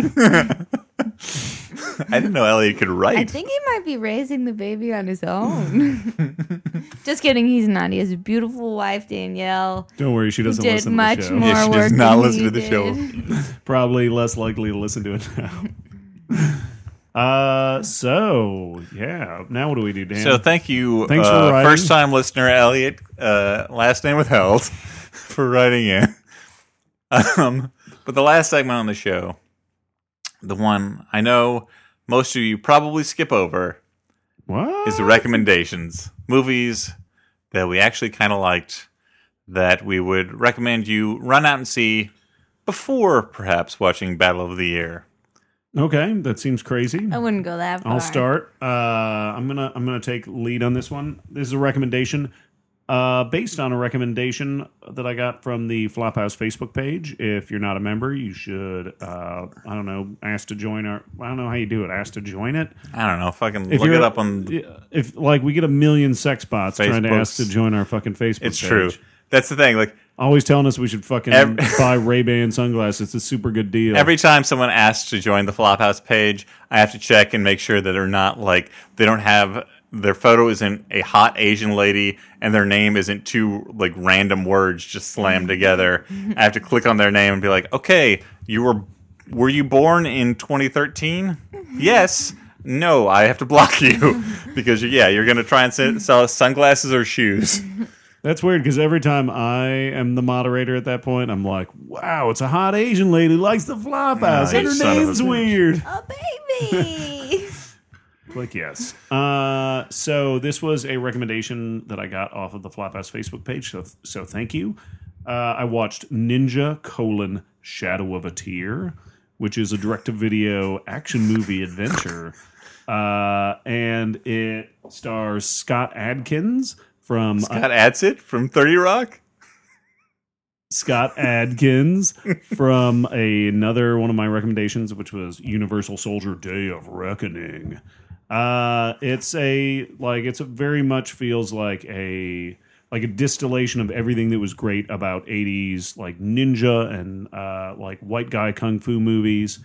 Speaker 1: I didn't know Elliot could
Speaker 3: I
Speaker 1: write.
Speaker 3: think he might be raising the baby on his own. Just kidding, he's not. He has a beautiful wife, Danielle.
Speaker 2: Don't worry, she doesn't
Speaker 3: Did
Speaker 2: listen to
Speaker 3: much
Speaker 2: the show.
Speaker 3: more
Speaker 1: Yeah, she does
Speaker 3: work.
Speaker 1: not
Speaker 3: than
Speaker 1: listen
Speaker 3: he
Speaker 1: to the show.
Speaker 3: did.
Speaker 2: Probably less likely to listen to it now. uh so yeah. Now what do we do, Dan?
Speaker 1: So thank you,
Speaker 2: Thanks for
Speaker 1: uh,
Speaker 2: writing.
Speaker 1: first time listener Elliot, uh, last name withheld, for writing in. Um, but the last segment on the show, the one I know most of you probably skip over,
Speaker 2: what?
Speaker 1: is the recommendations. Movies that we actually kind of liked that we would recommend you run out and see before perhaps watching Battle of the Year.
Speaker 2: okay, that seems crazy.
Speaker 3: I wouldn't go that far.
Speaker 2: I'll start. Uh, I'm gonna I'm gonna take lead on this one. This is a recommendation, uh, based on a recommendation that I got from the Flophouse Facebook page. If you're not a member, you should. Uh, I don't know, ask to join our. I don't know how you do it. Ask to join it.
Speaker 1: I don't know. Fucking
Speaker 2: If
Speaker 1: look it
Speaker 2: you're-
Speaker 1: up on. The,
Speaker 2: If like we get a million sex bots trying to ask
Speaker 1: Facebook's-
Speaker 2: to join our fucking Facebook.
Speaker 1: it's
Speaker 2: page.
Speaker 1: true. That's the thing. Like
Speaker 2: Always telling us we should fucking
Speaker 1: Every-
Speaker 2: buy Ray Ban sunglasses. It's a super good deal.
Speaker 1: Every time someone asks to join the Flophouse page, I have to check and make sure that they're not like they don't have their photo isn't a hot Asian lady and their name isn't two like random words just slammed together. I have to click on their name and be like, "Okay, you were were you born in 2013?" yes. No, I have to block you because yeah, you're gonna try and se- sell sunglasses or shoes.
Speaker 2: That's weird because every time I am the moderator at that point, I'm like, wow, it's a hot Asian lady who likes the flop house.
Speaker 1: you
Speaker 2: and her
Speaker 1: son of a
Speaker 2: name's
Speaker 1: bitch.
Speaker 2: weird.
Speaker 3: Oh, baby.
Speaker 2: Click yes. Uh, so this was a recommendation that I got off of the Flophouse Facebook page. So so thank you. Uh, I watched Ninja colon Shadow of a Tear, which is a direct to video action movie adventure, uh, and it stars Scott Adkins from uh,
Speaker 1: Scott Adsit from Thirty Rock.
Speaker 2: Scott Adkins from a, another one of my recommendations, which was Universal Soldier Day of Reckoning. Uh, it's a like it's a very much feels like a like a distillation of everything that was great about 80s like ninja and uh, like white guy kung fu movies.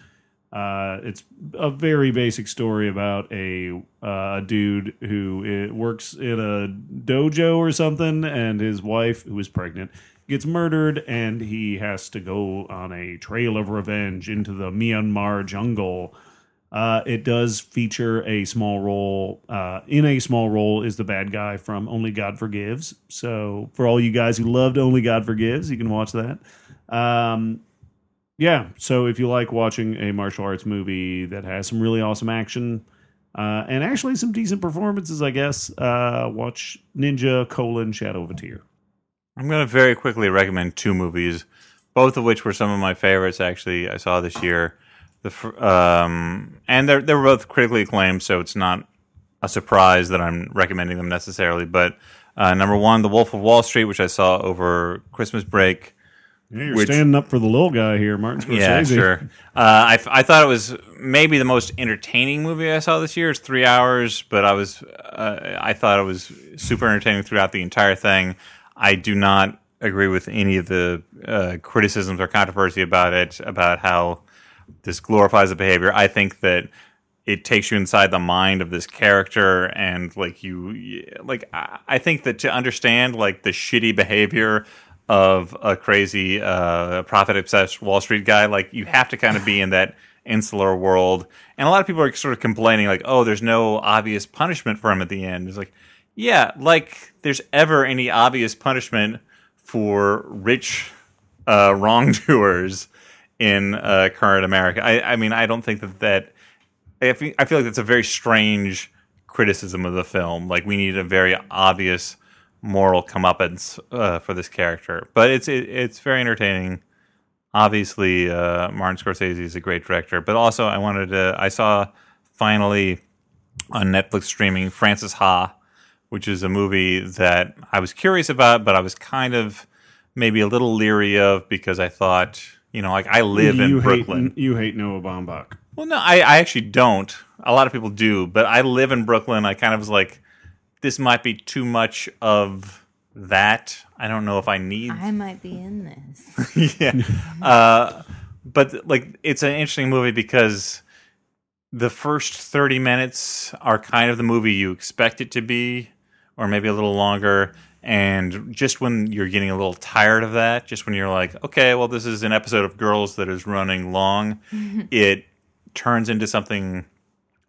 Speaker 2: Uh, it's a very basic story about a uh, dude who uh works in a dojo or something, and his wife, who is pregnant, gets murdered, and he has to go on a trail of revenge into the Myanmar jungle. Uh, it does feature a small role. Uh, in a small role is the bad guy from Only God Forgives. So for all you guys who loved Only God Forgives, you can watch that. Um, yeah. So if you like watching a martial arts movie that has some really awesome action uh, and actually some decent performances, I guess, uh, watch Ninja colon Shadow of a Tear.
Speaker 1: I'm going to very quickly recommend two movies, both of which were some of my favorites. Actually, I saw this year, the fir- um, and they're they're both critically acclaimed, so it's not a surprise that I'm recommending them necessarily. But uh, number one, The Wolf of Wall Street, which I saw over Christmas break,
Speaker 2: Yeah, you're
Speaker 1: Which-
Speaker 2: standing up for the little guy here, Martin Scorsese.
Speaker 1: yeah, sure. Uh, I, f- I thought it was maybe the most entertaining movie I saw this year. It's three hours, but I was uh, I thought it was super entertaining throughout the entire thing. I do not agree with any of the uh, criticisms or controversy about it about how this glorifies the behavior. I think that it takes you inside the mind of this character and like you like I I think that to understand like the shitty behavior of a crazy uh, profit obsessed Wall Street guy, like you have to kind of be in that insular world. And a lot of people are sort of complaining like, oh, there's no obvious punishment for him at the end. It's like, yeah, like there's ever any obvious punishment for rich uh, wrongdoers in uh, current America. I, I mean, I don't think that that. I fe- I feel like that's a very strange criticism of the film. Like we need a very obvious moral comeuppance uh, for this character, but it's it, it's very entertaining. Obviously, uh, Martin Scorsese is a great director, but also I wanted to. I saw finally on Netflix streaming Francis Ha, which is a movie that I was curious about, but I was kind of maybe a little leery of because I thought, you know, like I live
Speaker 2: You
Speaker 1: in Brooklyn.
Speaker 2: hate you hate Noah Baumbach.
Speaker 1: Well, no, I, I actually don't. A lot of people do, but I live in Brooklyn. I kind of was like, this might be too much of that. I don't know if I need
Speaker 3: I might be in this.
Speaker 1: yeah. Uh, but like, it's an interesting movie because the first 30 minutes are kind of the movie you expect it to be, or maybe a little longer. And just when you're getting a little tired of that, just when you're like, okay, well, this is an episode of Girls that is running long, it turns into something.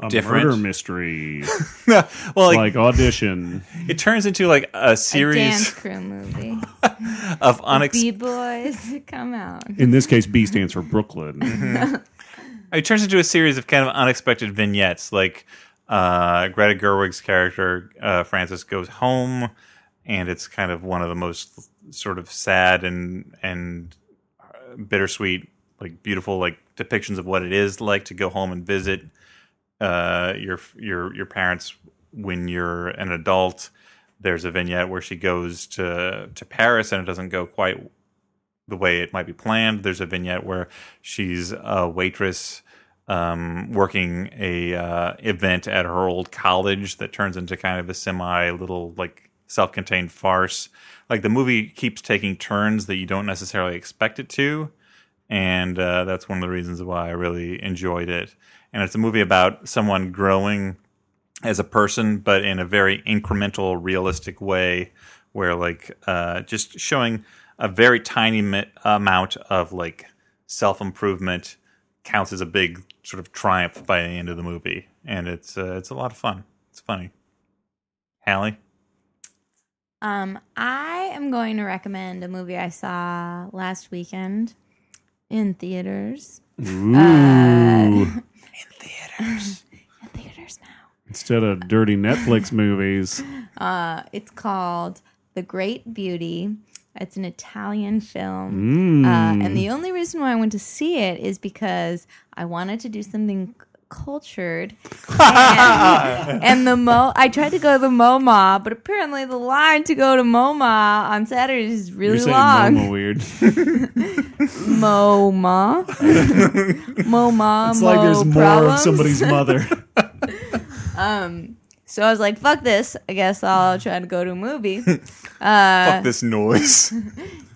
Speaker 2: A
Speaker 1: Different.
Speaker 2: murder mystery,
Speaker 1: well, like,
Speaker 2: like audition.
Speaker 1: it turns into like a
Speaker 3: A dance
Speaker 1: series
Speaker 3: crew movie.
Speaker 1: of unexpected.
Speaker 3: B boys, come out.
Speaker 2: In this case, B stands for Brooklyn.
Speaker 1: it turns into a series of kind of unexpected vignettes. Like uh, Greta Gerwig's character uh, Francis goes home, and it's kind of one of the most sort of sad and and uh, bittersweet, like beautiful, like depictions of what it is like to go home and visit uh, your your your parents when you're an adult. There's a vignette where she goes to to Paris and it doesn't go quite the way it might be planned. There's a vignette where she's a waitress um, working a uh, event at her old college that turns into kind of a semi little like self-contained farce. Like the movie keeps taking turns that you don't necessarily expect it to, and uh, that's one of the reasons why I really enjoyed it. And it's a movie about someone growing as a person, but in a very incremental, realistic way, where like uh, just showing a very tiny mi- amount of like self improvement counts as a big sort of triumph by the end of the movie, and it's uh, it's a lot of fun. It's funny. Hallie,
Speaker 3: Um, I am going to recommend a movie I saw last weekend in theaters.
Speaker 1: Uh.
Speaker 2: Ooh.
Speaker 3: In theaters now.
Speaker 2: Instead of dirty Netflix movies,
Speaker 3: Uh, it's called The Great Beauty. It's an Italian
Speaker 2: Mm.
Speaker 3: film. Uh, and the only reason why I went to see it is because I wanted to do something c- cultured. and, and the Mo, I tried to go to the MoMA, but apparently the line to go to MoMA on Saturdays is
Speaker 2: you're
Speaker 3: really
Speaker 2: saying
Speaker 3: long.
Speaker 2: Mama weird. It's
Speaker 3: MoMA. MoMA. Mo
Speaker 2: like there's more
Speaker 3: problems.
Speaker 2: of somebody's mother.
Speaker 3: So I was like, fuck this. I guess I'll try to go to a movie. Uh,
Speaker 1: fuck this noise.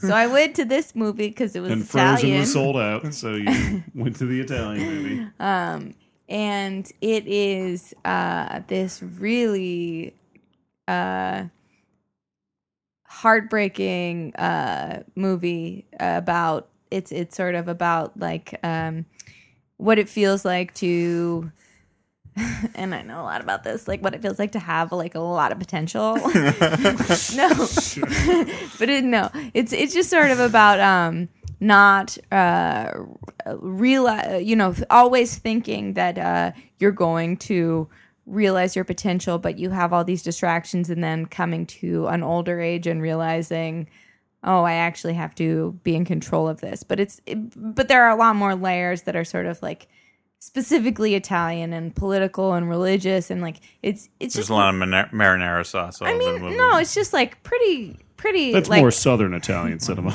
Speaker 3: so I went to this movie because it was
Speaker 2: and Frozen
Speaker 3: Italian.
Speaker 2: was sold out, so you went to the Italian movie.
Speaker 3: and it is uh, this really uh, heartbreaking uh, movie about it's it's sort of about like um, what it feels like to and I know a lot about this like what it feels like to have like a lot of potential no but it, no it's it's just sort of about um not uh realize you know always thinking that uh you're going to realize your potential but you have all these distractions and then coming to an older age and realizing oh i actually have to be in control of this but it's it, but there are a lot more layers that are sort of like specifically italian and political and religious and like it's it's
Speaker 1: There's
Speaker 3: just
Speaker 1: a lot of mar- marinara sauce all
Speaker 3: i
Speaker 1: over the
Speaker 3: mean
Speaker 1: movie.
Speaker 3: no it's just like pretty pretty
Speaker 2: That's
Speaker 3: like
Speaker 2: more Southern Italian cinema.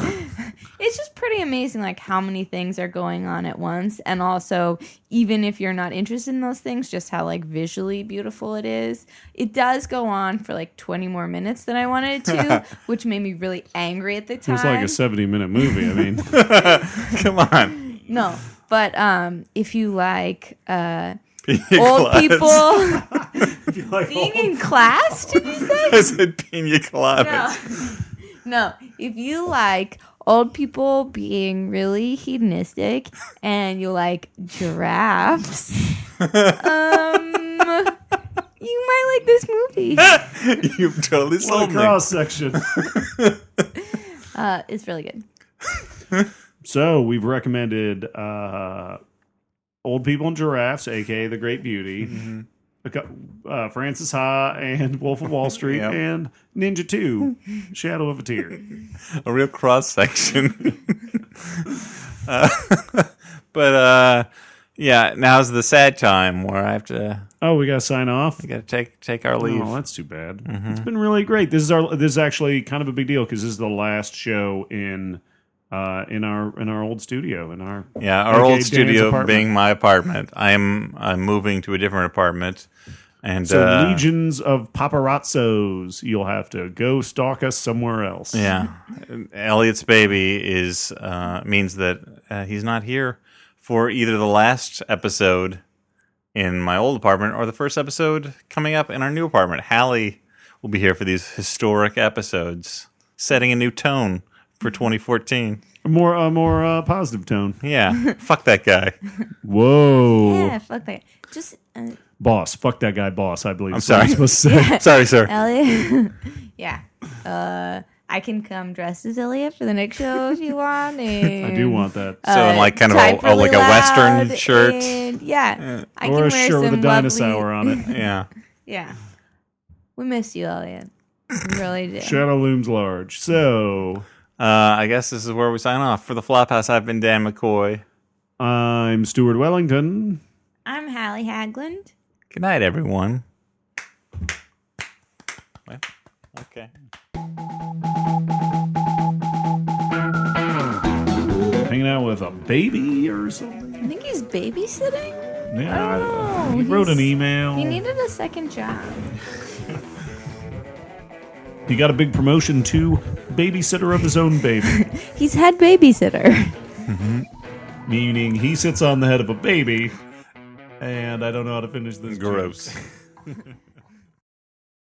Speaker 3: it's just pretty amazing like how many things are going on at once and also even if you're not interested in those things just how like visually beautiful it is it does go on for like 20 more minutes than i wanted it to which made me really angry at the
Speaker 2: It
Speaker 3: time
Speaker 2: was like a 70 minute movie. I mean,
Speaker 1: come on,
Speaker 3: no but um if you like uh
Speaker 1: Pina
Speaker 3: old
Speaker 1: coladas.
Speaker 3: people
Speaker 2: like,
Speaker 3: being in class did you say
Speaker 1: I said pina coladas.
Speaker 3: no. no, if you like old people being really hedonistic and you like giraffes, um, you might like this movie.
Speaker 1: You've totally sold me.
Speaker 2: cross section.
Speaker 3: Uh, it's really good.
Speaker 2: So we've recommended uh, Old People and Giraffes, aka The Great Beauty, a cou- uh, Francis Ha, and Wolf of Wall Street,
Speaker 1: Yep.
Speaker 2: and Ninja 2, Shadow of a Tear.
Speaker 1: a real cross section. Uh, but uh, yeah, now's the sad time where I have to
Speaker 2: Oh, we got to sign off.
Speaker 1: got to take take our leave.
Speaker 2: Oh, that's too bad.
Speaker 1: Mm-hmm.
Speaker 2: It's been really great. This is our. This is actually kind of a big deal because this is the last show in, uh, in our in our old studio in our
Speaker 1: yeah, our
Speaker 2: Okay,
Speaker 1: old
Speaker 2: Dan's
Speaker 1: studio
Speaker 2: apartment.
Speaker 1: being my apartment. I'm I'm moving to a different apartment. And
Speaker 2: So
Speaker 1: uh,
Speaker 2: legions of paparazzos, you'll have to go stalk us somewhere else.
Speaker 1: Yeah, Elliot's baby is uh, means that uh, he's not here for either the last episode in my old apartment or the first episode coming up in our new apartment. Hallie will be here for these historic episodes, setting a new tone for 2014.
Speaker 2: A more a more uh, positive tone.
Speaker 1: Yeah, fuck that guy.
Speaker 2: Whoa,
Speaker 3: Yeah, fuck that. Just uh,
Speaker 2: boss! Fuck that guy, boss. I believe. I'm
Speaker 1: sorry.
Speaker 2: supposed to say.
Speaker 1: Sorry, sir.
Speaker 3: Elliot. yeah. Uh, I can come dressed as Elliot for the next show if you want. And, uh,
Speaker 2: I do want that.
Speaker 1: So in, like, kind of a-
Speaker 3: type
Speaker 1: a- like a Western shirt.
Speaker 3: and- yeah, I can
Speaker 2: or
Speaker 3: wear
Speaker 2: a shirt with a
Speaker 3: some
Speaker 2: dinosaur
Speaker 3: lovely-
Speaker 2: on it.
Speaker 1: Yeah,
Speaker 3: Yeah, we miss you, Elliot. We really do.
Speaker 2: Shadow looms large. So
Speaker 1: uh, I guess this is where we sign off for the Flophouse. I've been Dan McCoy.
Speaker 2: I'm Stuart Wellington.
Speaker 3: I'm Hallie Hagland.
Speaker 1: Good night, everyone. Well, okay.
Speaker 2: hanging out with a baby or
Speaker 3: I
Speaker 2: something.
Speaker 3: think he's babysitting.
Speaker 2: Yeah,
Speaker 3: Oh,
Speaker 2: he wrote an
Speaker 3: he's-
Speaker 2: email.
Speaker 3: He needed a second job.
Speaker 2: he got a big promotion to babysitter of his own baby,
Speaker 3: He's head babysitter.
Speaker 2: meaning he sits on the head of a baby. And I don't know how to finish this. joke.
Speaker 1: Gross.